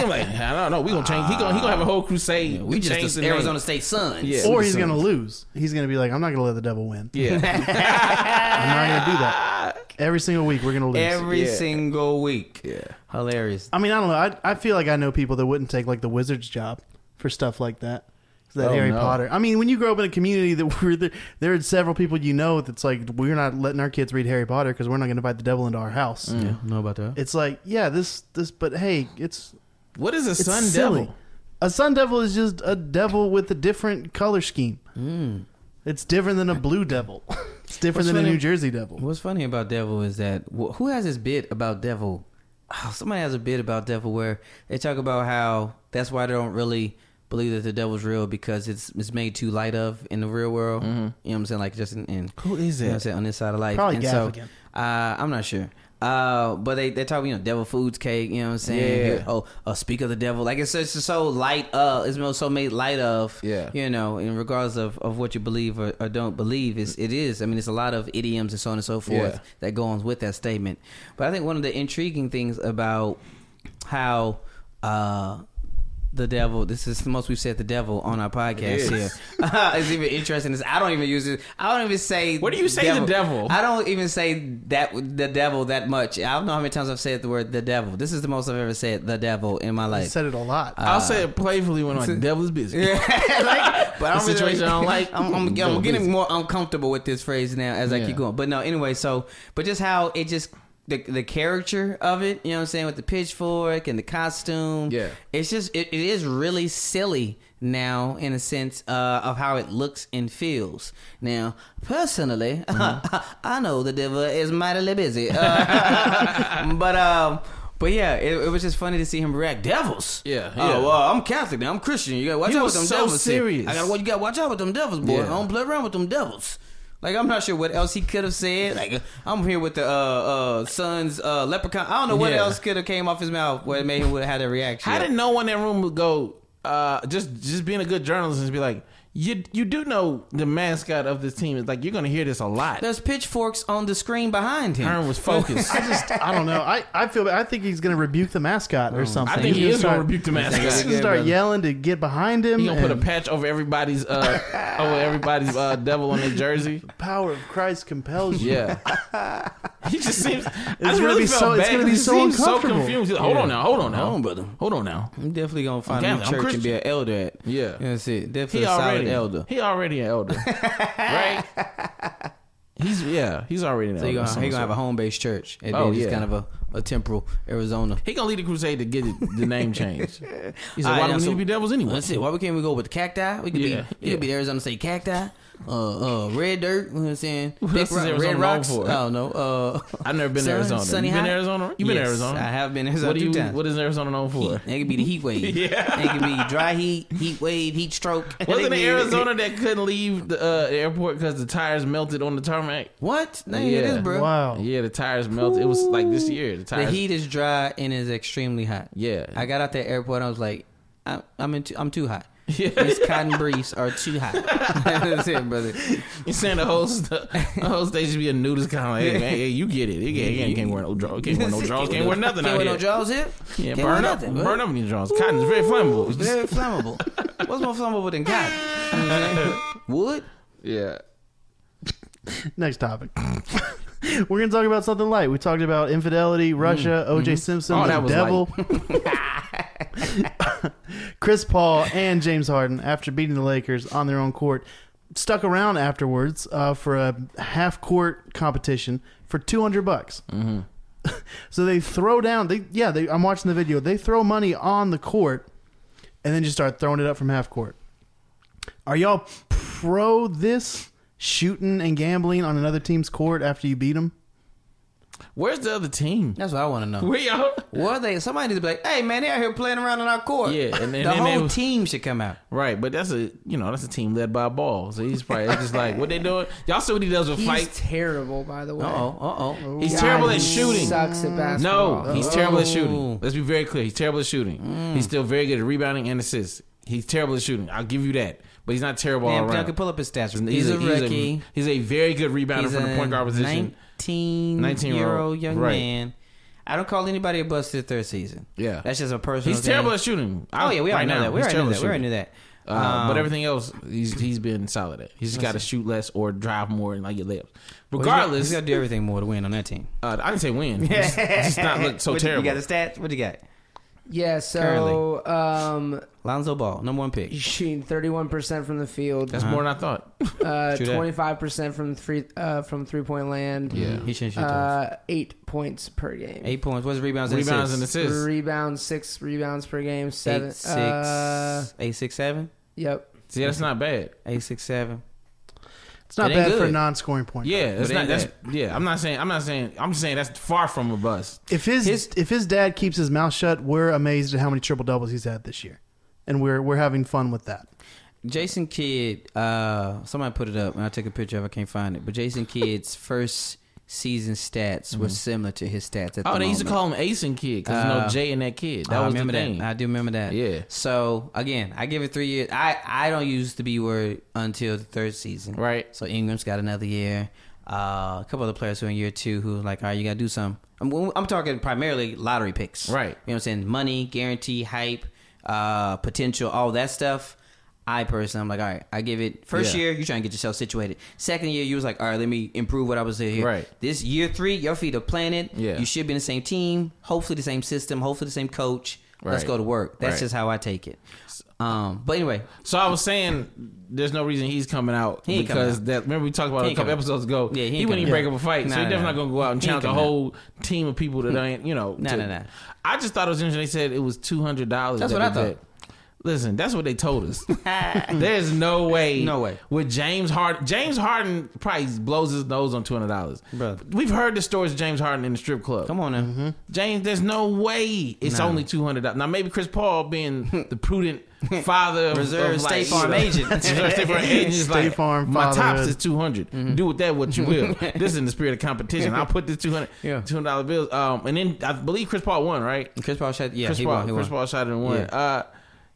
like, "I don't know. We gonna change. He gonna he gonna have a whole crusade. we Change just the the name. Arizona State Suns. Yeah. Or he's going to lose. He's going to be like, I'm not going to let the devil win. Yeah, I'm not going to do that. Every single week, we're going to lose. Every Yeah. single week. Yeah. Hilarious. I mean, I don't know. I, I feel like I know people that wouldn't take like the wizard's job for stuff like that. That Oh, Harry no. Potter. I mean, when you grow up in a community that we're there, there are several people you know that's like, we're not letting our kids read Harry Potter because we're not going to invite the devil into our house. Mm. know about that. It's like, yeah, this, this, but hey, it's, what is a it's sun silly. devil? A sun devil is just a devil with a different color scheme. Hmm. It's different than a blue devil. It's different What's than a funny- New Jersey devil. What's funny about Devil is that wh- who has this bit about Devil? Oh, somebody has a bit about Devil where they talk about how that's why they don't really believe that the devil's real because it's it's made too light of in the real world. You know what I'm saying? Like just in, in Who is you know what I'm it? saying, on this side of life. Probably and Gaff so, again. Uh, I'm not sure. Uh, but they they talk you know devil foods cake. You know what I'm saying? Yeah. Oh, uh, speak of the devil. Like it's it's so light. Uh, it's so made light of. Yeah. You know, in regards of, of what you believe or, or don't believe, is it is. I mean, it's a lot of idioms and so on and so forth Yeah. that go on with that statement. But I think one of the intriguing things about how uh, the devil, this is the most we've said the devil on our podcast is. here. it's even interesting. It's, I don't even use it. I don't even say. Where do you say the devil? I don't even say that the devil that much. I don't know how many times I've said the word the devil. This is the most I've ever said the devil in my I life. said it a lot. I'll say it playfully when my devil is busy. like, but I'm really- situation I don't like. I'm, I'm- I'm Don't getting listen. more uncomfortable with this phrase now as I Yeah. keep going. But no, anyway. So, but just how it just the the character of it. You know what I'm saying with the pitchfork and the costume. Yeah. it's just it, it is really silly now in a sense uh, of how it looks and feels. Now, personally, Mm-hmm. I know the devil is mightily busy, uh, but um. But yeah, it, it was just funny to see him react. Devils. Yeah, yeah. Oh well, I'm Catholic now. I'm Christian. You gotta watch He out was with them so devils. here. serious. I gotta you gotta watch out with them devils, boy. Yeah. I don't play around with them devils. Like I'm not sure what else he could have said. Like I'm here with the uh, uh, son's uh, leprechaun. I don't know what Yeah. else could have came off his mouth where it made him would have had a reaction. How did no one in that room would go? Uh, just just being a good journalist and be like, you you do know the mascot of this team is like you're gonna hear this a lot. There's pitchforks on the screen behind him. Aaron was focused. I just, I don't know. I, I feel, I think he's going to rebuke the mascot or something. Hmm. I think he He's is gonna start- rebuke the He's mascot. going to start yelling to get behind him. He gonna put a and patch over everybody's uh over everybody's uh devil on their jersey. power of Christ compels you. Yeah. He just seems. It's gonna be so- it's gonna be so uncomfortable. confused. He's like, hold on now. Hold on now. Hold on, brother. Hold on now. I'm definitely gonna find I'm a Catholic, I'm church and be Christian. an elder at. Yeah. You know, that's it. Definitely He a solid already elder. He already an elder, right? He's yeah. He's already an So elder. he gonna, of he gonna some have a sort. home based church and Oh, then just yeah. kind of a, a temporal Arizona. He gonna lead the crusade to get it, the name changed. He said, All "Why do right, now, we need so- to be devils anyway?" That's it. Why we can't we go with the cacti? We could Yeah, be we yeah. could be the Arizona State cacti. Uh, uh, red dirt. You know what I'm saying? What else is Ro- Arizona red known rocks. for? I don't know. Uh, I've never been to sun- Arizona. Sunny you been to high? Arizona? You been to Yes, Arizona? I have been to Arizona What, do two you, times. what is Arizona known for? It could be the heat wave. Yeah. It could be dry heat, heat wave, heat stroke. It could Wasn't it be- Arizona that couldn't leave the, uh, the airport because the tires melted on the tarmac? What? No, yeah. it Yeah. is, bro. Wow. Yeah, the tires melted. It was like this year. The The tires. heat is dry and is extremely hot. Yeah. I got out the airport. I was like, I'm I'm, in too, I'm too hot. Yeah. These cotton breeze are too hot. That's it, brother. you saying the whole st- the whole station should be a nudist kind of like, hey, hey, you get it. You get, you can't wear no drawers. Can't wear no drawers. Can't wear nothing Can't out wear here. no drawers here. yeah, Can't wear burn up. nothing, bro. burn up in your drawers. Cotton is very flammable. It's very flammable. What's more flammable than cotton? You know what I'm saying? Wood? yeah. Next topic. We're gonna talk about something light. We talked about infidelity, Russia, O.J. Simpson, Mm, Oh, the that was devil, Chris Paul, and James Harden after beating the Lakers on their own court. Stuck around afterwards uh, for a half court competition for two hundred bucks. Mm-hmm. so they throw down. They yeah. They, I'm watching the video. They throw money on the court, and then just start throwing it up from half court. Are y'all pro this shooting and gambling on another team's court after you beat them? Where's the other team? That's what I want to know. Where y'all? What they? Somebody needs to be like, hey, man, they're out here playing around on our court. Yeah, and- and the then they whole was- team should come out. Right, but that's a you know that's a team led by a ball. So he's probably it's just like what they doing. Y'all see what he does with He's fights. terrible, by the way. Uh oh, uh oh. He's God, terrible he at shooting. Sucks at basketball. No, he's terrible at Oh. Mm. shooting. Let's be very clear. He's terrible at shooting. He's still very good at rebounding and assists. He's terrible at shooting. I'll give you that. But he's not terrible all Damn, I around. can pull up his stats. He's, He's a, rookie. He's a, very good rebounder He's from the point guard position. 19, 19 year year old old. young Right. man. I don't call anybody a bust their third season. Yeah. That's just a personal He's thing. terrible at shooting. Oh, yeah, we right already know now, that. We he's already terrible knew at that. We already shooting. knew that. Uh, but Um, everything else, he's he's been solid at. He's just got to shoot less or drive more and like your layups. well, he's gotta- Regardless, he's got to do everything more to win on that team. uh, I didn't say win. Just, just not look so What you- terrible. You got the stats? What do you got? Yeah, so um, Lonzo Ball, number one pick. he's shooting 31% from the field, That's more than Uh-huh. I thought. uh, Shoot that. 25% from three uh, from three point land. Yeah. He shouldn't shoot those. Uh, eight points per game. Eight points. What's rebounds? and Rebounds and assists? assists. Rebounds, six rebounds per game. Seven. Eight six, uh, eight six seven, yep. See, that's not bad. eight six seven. It's not It ain't bad for a good. non-scoring point. guard. Yeah, that's But not. ain't That's, yeah, I'm not saying. I'm not saying. I'm just saying that's far from a bust. If his, His- if his dad keeps his mouth shut, we're amazed at how many triple doubles he's had this year, and we're we're having fun with that. Jason Kidd, uh, somebody put it up and I took a picture of it. I can't find it. But Jason Kidd's first season stats were similar to his stats at the Mm-hmm. Oh, they used to moment. call him Ace and Kid because Uh, no J in that kid. That I was remember the thing. that. I do remember that. Yeah. So again, I give it three years. I I don't use the B word until the third season. Right. So Ingram's got another year. Uh, a couple other players who are in year two who are like, all right, you got to do something. I'm, I'm talking primarily lottery picks. Right. You know what I'm saying? Money, guarantee, hype, uh, potential, all that stuff. I personally, I'm like, all right, I give it. First Yeah. year, you're trying to get yourself situated. Second year, you was like, all right, let me improve what I was doing here. Right. This year three, your feet are planted. Yeah. You should be in the same team, hopefully the same system, hopefully the same coach. Let's Right. go to work. That's Right. just how I take it. Um, but anyway, So I was saying, there's no reason he's coming out He ain't coming because out. that. Remember we talked about He it a ain't couple coming out. episodes ago. Yeah, he ain't he wouldn't coming even break out. up a fight, Nah, so he's nah, definitely nah. not gonna go out and He ain't challenge a coming out. whole team of people that ain't you know. Nah, to- nah, nah. I just thought it was interesting. They said it was two hundred dollars. That's what I thought. Listen, that's what they told us. There's no way, No way. With James Harden, James Harden probably blows his nose on two hundred dollars. Bruh. We've heard the stories of James Harden in the strip club. come on now. Mm-hmm. James, there's no way it's Nah. only two hundred dollars. Now maybe Chris Paul, being the prudent father, of- Reserve of, like, State Farm you know, agent. Reserve State Farm agent, is State like, Farm My tops fatherhood. is two Mm-hmm. Do with that what you will. this is in the spirit of competition. I'll put this 200 Yeah. two hundred dollar bills. Um, and then I believe Chris Paul won, right? Chris Paul shot. Yeah, Chris he Paul, won. He Chris won. Paul shot it and won. Yeah. Uh,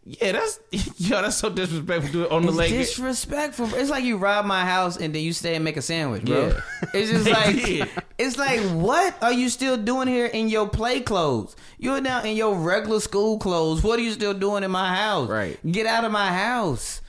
yeah, that's yo, that's so disrespectful. Do it on the It's Lakers. disrespectful. It's like you rob my house and then you stay and make a sandwich, bro. Yeah. It's just They like did. it's like what are you still doing here in your play clothes? You're now in your regular school clothes. What are you still doing in my house? Right. Get out of my house.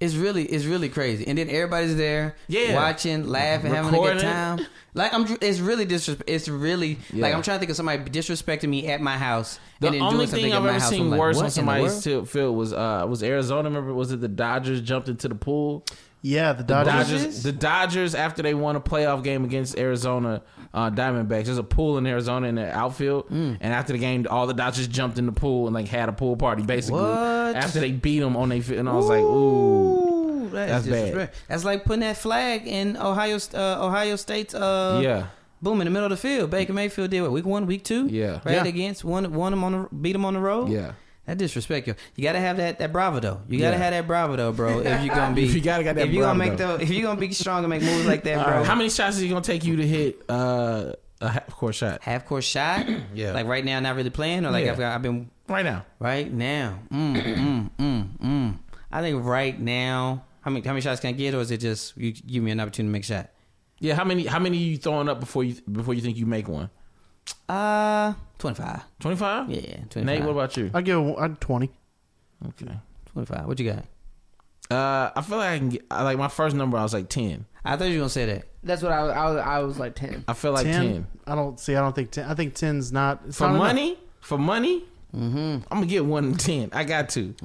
It's really it's really crazy. And then everybody's there, Yeah. watching, laughing, having a Recording good it. time. Like I'm, it's really disrespect. It's really like Yeah. I'm trying to think of somebody disrespecting me at my house. The and then only doing something thing at I've my ever house. seen I'm like, worse what on in the somebody's world? t- field was uh was Arizona. Remember, was it the Dodgers jumped into the pool? Yeah, the The Dodgers. Dodgers, the Dodgers, after they won a playoff game against Arizona uh, Diamondbacks, there's a pool in Arizona in the outfield, and after the game, all the Dodgers jumped in the pool and like had a pool party basically. What? After they beat them on they field, and I was like, ooh, Ooh, That's that's, bad. disrespect. That's like putting that flag in Ohio uh, Ohio State's uh, yeah, boom in the middle of the field. Baker Mayfield did what week one, week two, Yeah. right Yeah. against one, won him on the beat him on the road, yeah. That disrespect you. You gotta have that that bravado. You gotta Yeah. have that bravado, bro. If you're gonna be, If you gotta got that if you gonna make bravado. the, if you gonna be strong and make moves like that, bro. How many shots is it gonna take you to hit uh, a half court shot Half court shot. Yeah. Like right now, not really playing, or like Yeah. I've, got, I've been right now? right now. Mm, mm, mm, mm. I think right now, how many how many shots can I get, or is it just you give me an opportunity to make a shot? Yeah, how many? How many you throwing up before you before you think you make one? Uh, twenty five. Twenty five. Yeah, twenty Nate, five. what about you? I give it I'd 20. Okay. twenty five? What you got? Uh, I feel like I can get I- like my first number. I was like ten. I thought you were gonna say that. That's what I was, I was. I was like ten. I feel like 10? ten. I don't see. I don't think 10. I think 10's not. It's for not enough. money, for money, Mm-hmm. I'm gonna get one in ten. I got to.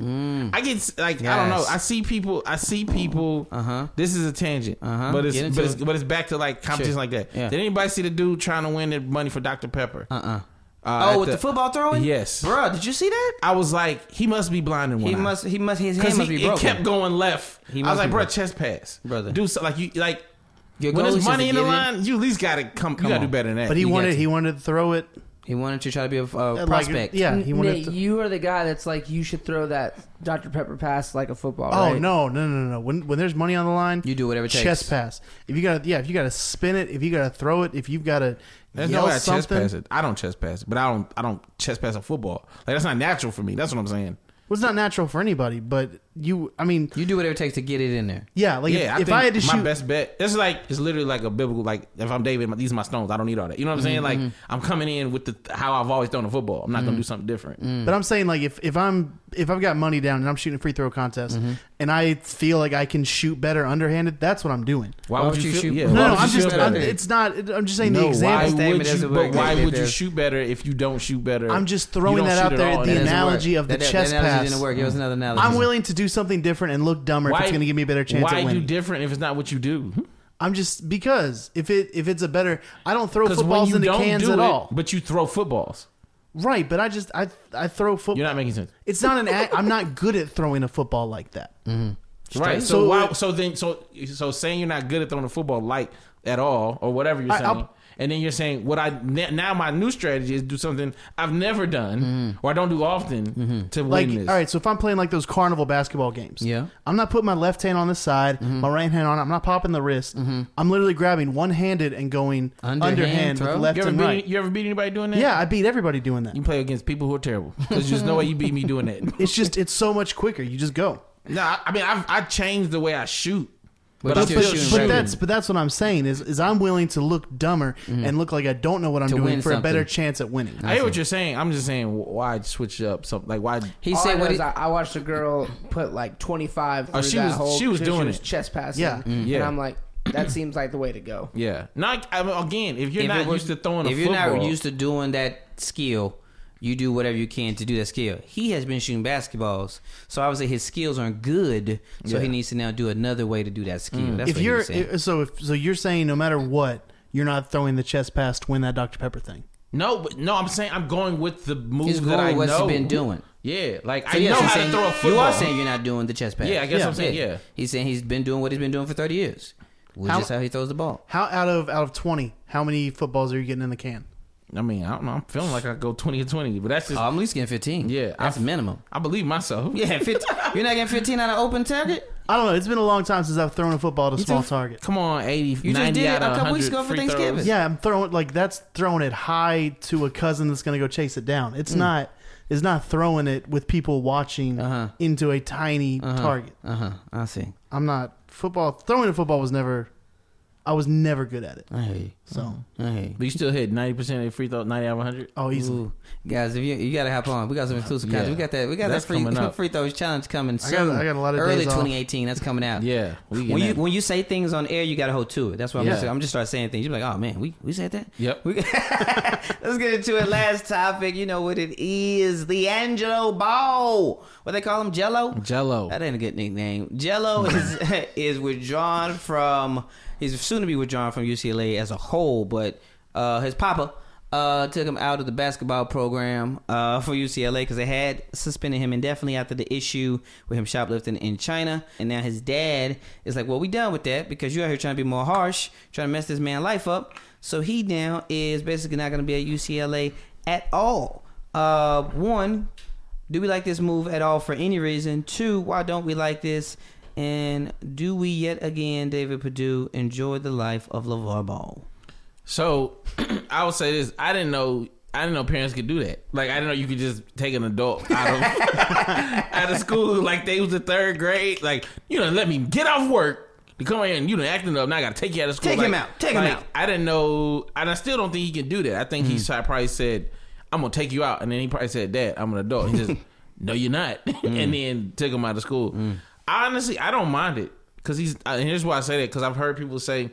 I get s- like I don't know. Mm. Yes. I see people. I see people. Uh-huh. This is a tangent, Uh-huh. but it's Get into but it's, it. but it's back to like competition like that. Yeah. Did anybody see the dude trying to win the money for Dr Pepper? Uh uh Uh, at oh, with the, football throwing? Yes. Bro, did you see that? I was like, he must be blind in one. He eye. must. He must. His hand Because must he be it broken. kept going left. I He was must like, be bro, broken. chest pass, Brother. Do so, like you like Your when goalie there's says money to in the get it in. line, you at least gotta come. you Come gotta do on. better than that. But he You got wanted. to. He wanted to throw it. He wanted to try to be a uh, like, prospect. yeah, he wanted. Nate, to, you are the guy that's like you should throw that Dr Pepper pass like a football. oh right? no, no, no, no! When when there's money on the line, You do whatever it takes. Chest pass. If you got to, yeah, if you got to spin it, if you got to throw it, if you've got to There's yell no way I chest something. pass it. I don't chest pass it, but I don't I don't chest pass a football. Like that's not natural for me. That's what I'm saying. Well, it's not natural for anybody, but you. I mean, You do whatever it takes to get it in there. yeah, like yeah, if, I if think I had to my shoot, best bet. It's like it's literally like a biblical. Like if I'm David, my- these are my stones. I don't need all that. You know what I'm Mm-hmm, saying? Like I'm coming in with the how I've always thrown a football. I'm not Mm. gonna do something different. but I'm saying like if if I'm if I've got money down and I'm shooting a free throw contest and I feel like I can shoot better underhanded, that's what I'm doing. Why, would you, shoot? Yeah, No, why no, would you I'm shoot just. better? I'm, it's not. I'm just saying the no, why example. Statement would you? doesn't But work. why It would you does. shoot better if you don't shoot better? I'm just You throwing don't that shoot out at there, all. the It doesn't That doesn't analogy- work. of the That- that- chest that analogy pass. didn't work. It was another analogy. I'm willing to do something different and look dumber if Why it's going to give me a better chance Why at do winning. Mm-hmm. different if it's not what you do? I'm just because if it if it's a better, I don't throw Because when footballs you into don't cans do at it, all. but you throw footballs. Right, but I just I I throw You're football. not making sense. It's not an act. I'm not good at throwing a football like that. Mm-hmm. Right. So, So- why? So then, so so saying you're not good at throwing the football, like at all, or whatever you're I- saying, I'll- and then you're saying what I n- now my new strategy is do something I've never done or I don't do often to Like, win all this. right, so if I'm playing like those carnival basketball games, Yeah. Mm-hmm. I'm not putting my left hand on the side, my right hand on. it. I'm not popping the wrist. I'm literally grabbing one handed and going Underhand underhand, throw? with left You ever, and beat, right. you ever beat anybody doing that? Yeah, I beat everybody doing that. You play against people who are terrible. There's just no way you beat me doing that. It's just it's so much quicker. You just go. No, I, I mean I've I changed the way I shoot, But but, I'm you But, still but, shooting shooting. but regular. that's but that's what I'm saying is is I'm willing to look dumber and look like I don't know what I'm Mm-hmm. To doing win for a better something. chance at winning. I hear what you're saying. I'm just saying wh- why switch up something like why. He All I, said know what? is He, I, I watched a girl put like 25 through Oh, she that was- whole. she was doing was it. chest passing. Yeah. yeah. Mm. And I'm like, that seems like the way to go. Yeah. Not I mean, again. If you're if not it was- used to throwing a if you're football, not used to doing that skill, you do whatever you can to do that skill. He has been shooting basketballs, so obviously his skills aren't good. So Yeah. Mm. he needs to now do another way to do that skill. That's if what you're he's saying. so if so you're saying no matter what you're not throwing the chest pass to win that Dr Pepper thing. no, but no. I'm saying I'm going with the move He's that going I with what know. he's been doing. Yeah, like So I yes, know he's how to saying- throw a football. You are saying you're not doing the chest pass. yeah, I guess Yeah. I'm saying yeah. He's saying he's been doing what he's been doing for 30 years, which How- is how he throws the ball. How out of out of twenty, how many footballs are you getting in the can? I mean, I don't know. I'm feeling like I go 20 to 20, but that's just Oh, I'm at least getting 15. Yeah, that's I- minimum. I believe myself. Yeah, 15. you're not getting 15 out of open target. I don't know. It's been a long time since I've thrown a football at a small too? target. Come on, 80. You just 90 did it out of a couple weeks 100 ago for free throws. Thanksgiving. Yeah, I'm throwing like that's throwing it high to a cousin that's gonna go chase it down. Mm. It's not it's not throwing it with people watching Uh-huh. into a tiny target. Uh huh. I see. I'm not football throwing a football was never I was never good at it. Hey, So, Mm. hey. But you still hit ninety percent of your free throw, ninety out of one hundred. oh, easily. Ooh. Guys, if you you gotta hop on, we got some exclusive Yeah. content. We got that. We got That's that free coming up. free throws challenge coming I soon. got- I got a lot of early days off. 2018. That's coming out. Yeah, we When getting you that. when you say things on air, you gotta hold to it. That's why I'm, Yeah. just, I'm just start saying things. You're like, oh man, we we said that. Yep. We, let's get into it. Last topic. You know what it is? The Angelo Ball. What they call him? Jello. Jello. That ain't a good nickname. Jello is is withdrawn from. He's soon to be withdrawn from UCLA as a whole, but uh, his papa uh, took him out of the basketball program uh, for UCLA because they had suspended him indefinitely after the issue with him shoplifting in China, and now his dad is like, "Well, we done with that because you out here trying to be more harsh, trying to mess this man life up." So he now is basically not going to be at UCLA at all. Uh, one, do we like this move at all for any reason? Two, why don't we like this? And do we yet again, David Perdue, enjoy the life of LeVar Ball? So I would say this: I didn't know. I didn't know parents could do that. Like I didn't know you could just take an adult out of out of school. Like they was the third grade. Like you know, let me get off work to come here and you know acting up. Now I got to take you out of school. Take him Like- out. Take him like, out. I didn't know, and I still don't think he can do that. I think he tried- probably said, "I'm gonna take you out," and then he probably said, "Dad, I'm an adult." He just, "No, you're not," and then took him out of school. Honestly, I don't mind it because he's. uh, And here's why I say that because I've heard people say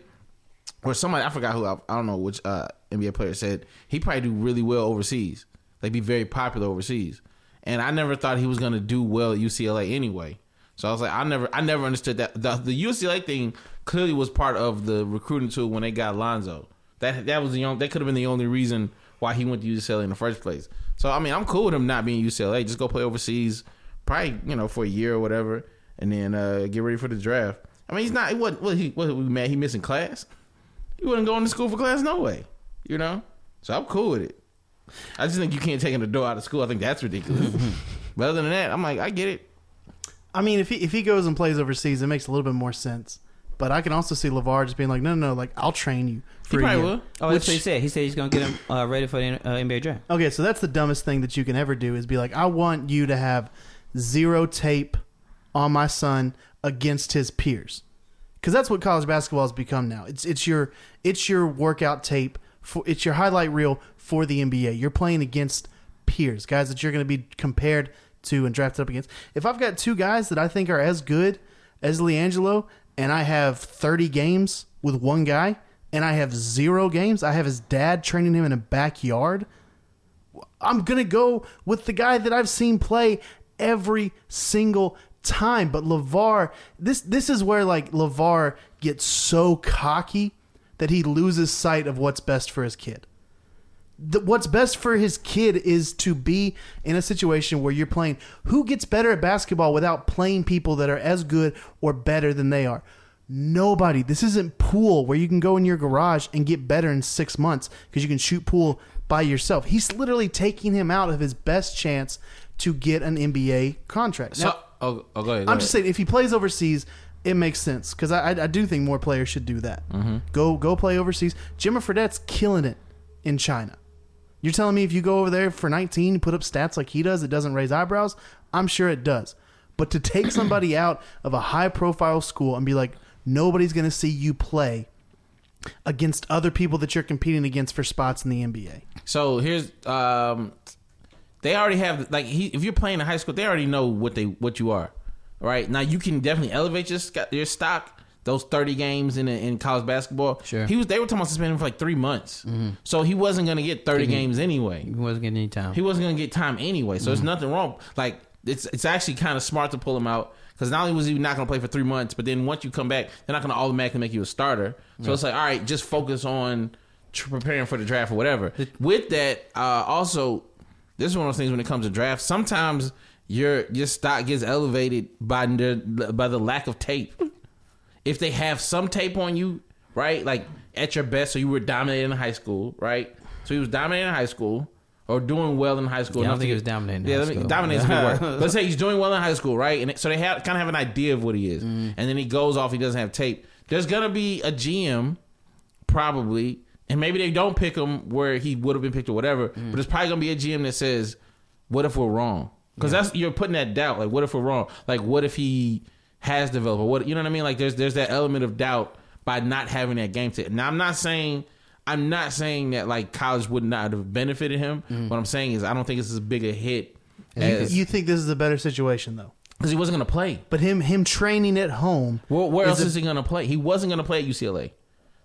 or somebody I forgot who I, I don't know which uh, NBA player said he probably do really well overseas. Like be very popular overseas. And I never thought he was gonna do well at UCLA anyway. So I was like, I never, I never understood that the, the UCLA thing clearly was part of the recruiting tool when they got Lonzo. That that was the only that could have been the only reason why he went to UCLA in the first place. So I mean, I'm cool with him not being UCLA. Just go play overseas, probably you know for a year or whatever, and then uh, get ready for the draft. I mean, he's not. He wasn't. What he what, mad? He missing class you wouldn't go into school for class no way. You know? So I'm cool with it. I just think you can't take an adult out of school. I think that's ridiculous. but other than that, I'm like, I get it. I mean, if he if he goes and plays overseas, it makes a little bit more sense. But I can also see Lavar just being like, no, no, no, like I'll train you He for a probably year. will. Oh, that's Which- what he said. He said he's going to get him uh, ready for the uh, NBA draft. Okay, so that's the dumbest thing that you can ever do is be like, I want you to have zero tape on my son against his peers, because that's what college basketball has become now. It's it's your it's your workout tape for it's your highlight reel for the NBA. You're playing against peers, guys that you're going to be compared to and drafted up against. If I've got two guys that I think are as good as LiAngelo, and I have 30 games with one guy, and I have zero games, I have his dad training him in a backyard. I'm going to go with the guy that I've seen play every single time. But LeVar, this, this is where like LeVar gets so cocky that he loses sight of what's best for his kid. The, what's best for his kid is to be in a situation where you're playing. Who gets better at basketball without playing people that are as good or better than they are? Nobody. This isn't pool where you can go in your garage and get better in six months because you can shoot pool by yourself. He's literally taking him out of his best chance to get an NBA contract. So, Now, oh, oh, go ahead. go I'm just ahead. saying, if he plays overseas, it makes sense because I, I, I do think more players should do that. Go go play overseas. Jimmy Fredette's killing it in China. You're telling me if you go over there for 19, put up stats like he does, it doesn't raise eyebrows? I'm sure it does. But to take somebody out of a high profile school and be like, nobody's going to see you play against other people that you're competing against for spots in the NBA. So here's um, they already have like he, if you're playing in high school, they already know what they what you are. Right now, you can definitely elevate your sc- your stock. Those thirty games in in college basketball, Sure. He was they were talking about suspending him for like three months, Mm-hmm. so he wasn't going to get 30 games anyway. He wasn't getting any time. He wasn't going to get time anyway, so there's nothing wrong. Like it's it's actually kind of smart to pull him out because not only was he not going to play for three months, but then once you come back, they're not going to automatically make you a starter. So it's like, all right, just focus on tr- preparing for the draft or whatever. With that, uh, also, this is one of those things when it comes to draft. Sometimes your your stock gets elevated by the, by the lack of tape if they have some tape on you, right? Like at your best, so you were dominating in high school, right? So he was dominating in high school or doing well in high school. Yeah, enough I don't to think he get- was dominating in Yeah, high let me, school. dominating is a good word. Let's say he's doing well in high school, right? And so they have kind of have an idea of what he is, Mm. and then he goes off. He doesn't have tape. There's gonna be a GM probably, and maybe they don't pick him where he would have been picked or whatever. Mm. But there's probably gonna be a GM that says, "What if we're wrong?" Because that's you're putting that doubt. Like, what if we're wrong? Like, what if he has developed? Or what you know what I mean? Like, there's there's that element of doubt by not having that game tip. Now I'm not saying I'm not saying that like college would not have benefited him. What I'm saying is I don't think it's as big a hit as Mm. You think this is a better situation though? because he wasn't going to play. But him him training at home. Well, where Is else it- is he going to play? He wasn't going to play at UCLA.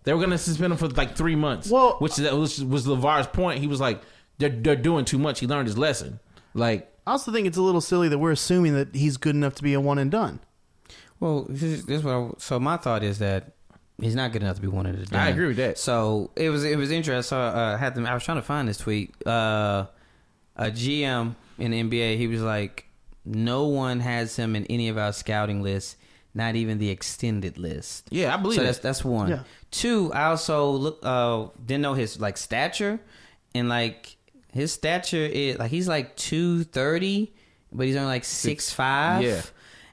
They were going to suspend him for like three months. Well- which that was, was Levar's point. He was like, "They're they're doing too much." He learned his lesson. Like, I also think it's a little silly that we're assuming that he's good enough to be a one and done. Well, this is, this is what I, so my thought is that he's not good enough to be one of the. I done. agree with that. So it was it was interesting. I saw, uh, had them. I was trying to find this tweet. Uh, a GM in the NBA, he was like, "No one has him in any of our scouting lists, not even the extended list." yeah, I believe so it. that's that's one. Yeah. Two, I also look uh didn't know his like stature and like his stature is like he's like two thirty, but he's only like six five. yeah.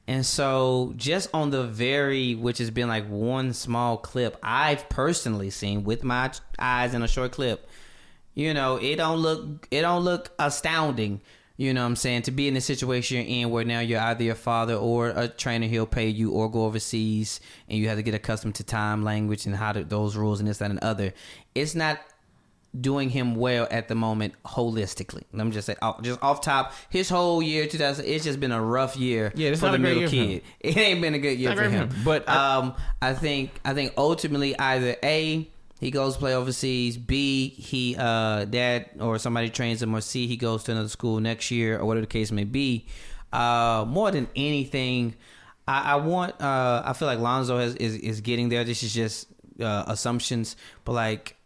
And so just on the very which has been like one small clip I've personally seen with my eyes in a short clip, you know, it don't look it don't look astounding. You know what I'm saying? To be in the situation you're in where now you're either your father or a trainer, he'll pay you or go overseas and you have to get accustomed to time, language, and how to, those rules and this, that, and other. It's not doing him well at the moment holistically. Let me just say, off- just off top, his whole year 2000, it's just been a rough year Yeah, it's for not the a great middle year for kid. It ain't been a good year Not for great for him. him, but I- um, I think I think ultimately either a he goes play overseas, b he uh dad or somebody trains him, or c he goes to another school next year or whatever the case may be. Uh, more than anything, I, I want. Uh, I feel like Lonzo has, is is getting there. This is just uh, assumptions, but like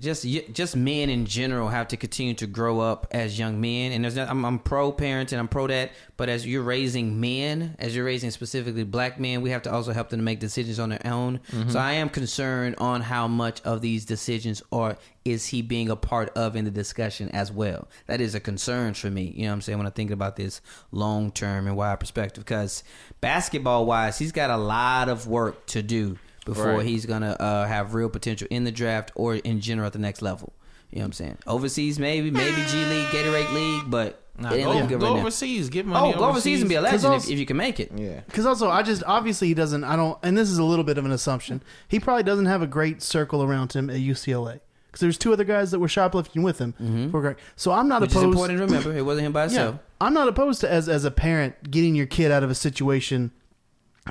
just y- just men in general have to continue to grow up as young men and there's not, I'm, I'm pro parenting i'm pro that but as you're raising men as you're raising specifically black men we have to also help them to make decisions on their own so i am concerned on how much of these decisions are is he being a part of in the discussion as well that is a concern for me you know what i'm saying when i think about this long term and wide perspective because basketball wise he's got a lot of work to do before Right. he he's gonna uh, have real potential in the draft or in general at the next level. You know what I'm saying? Overseas, maybe, maybe G League, Gatorade League, but Nah, it ain't go looking good go right now. overseas, get money. Oh, go overseas and be a legend Because if, if you can make it. Yeah, Because also, I just obviously he doesn't. I don't. And this is a little bit of an assumption. He probably doesn't have a great circle around him at UCLA. Because there's two other guys that were shoplifting with him. For Greg. So I'm not Mm-hmm. Which is opposed. important to remember. It wasn't him by yeah, himself. I'm not opposed to as as a parent getting your kid out of a situation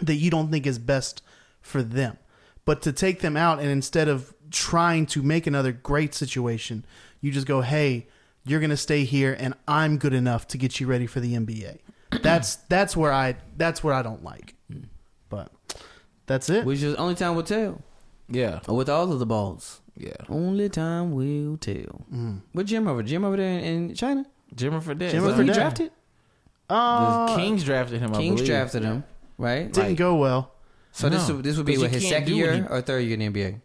that you don't think is best for them. But to take them out and instead of trying to make another great situation, you just go, "Hey, you're going to stay here and I'm good enough to get you ready for the NBA." That's that's where I that's where I don't like. But that's it. Which is only time will tell. yeah, Or with all of the balls. yeah. Only time will tell. Mm. What Jim over? Jim over there in, in China? Jimmer for dead. Jimmer Was for he Fredette. drafted? Uh, Kings drafted him. I Kings believe. drafted him, right? didn't Like, go well. so this No. would, this would be 'Cause you what, his can't second do what year he- or third year in the NBA.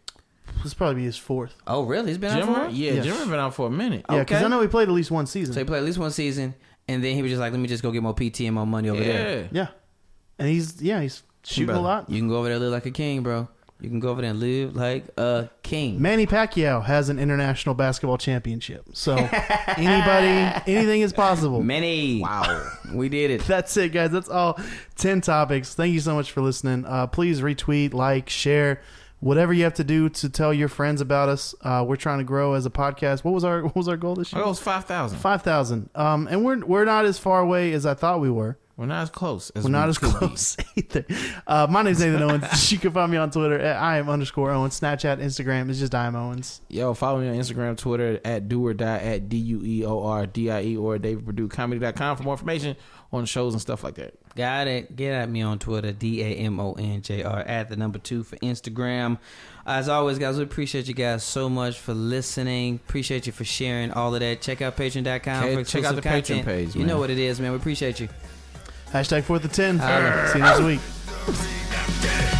This will probably be his fourth. Oh, really? He's been out for a Jimmer, while? Oh, yeah, Yes. Jimmer been out for a minute. Yeah, because Okay. I know he played at least one season. So he played at least one season, and then he was just like, "Let me just go get more PT and more money over there." yeah. yeah, and he's yeah he's shooting Brother, a lot. You can go over there and live like a king, bro. You can go over there and live like a king. Manny Pacquiao has an international basketball championship. So anybody, anything is possible. Many. Wow. we did it. That's it, guys. That's all 10 topics. Thank you so much for listening. Uh, please retweet, like, share, whatever you have to do to tell your friends about us. Uh, we're trying to grow as a podcast. What was our what was our goal this I year? goes five thousand. 5,000. Um, and we're we're not as far away as I thought we were. We're not as close. As We're not we as could be. close either. Uh, my name's Nathan Owens. You can find me on Twitter at I am underscore Owens. Snapchat, Instagram is just I am Owens. Yo, follow me on Instagram, Twitter at do or die at D U E O R D I E or DavidPurdueComedy.com for more information on shows and stuff like that. Got it. Get at me on Twitter, D A M O N J R, at the number two for Instagram. As always, guys, we appreciate you guys so much for listening. Appreciate you for sharing all of that. Check out patreon.com for Check exclusive out the content. Patreon page, You man. know what it is, man. We appreciate you. Hashtag 4th of 10. All right. See you next week. Three, now get it.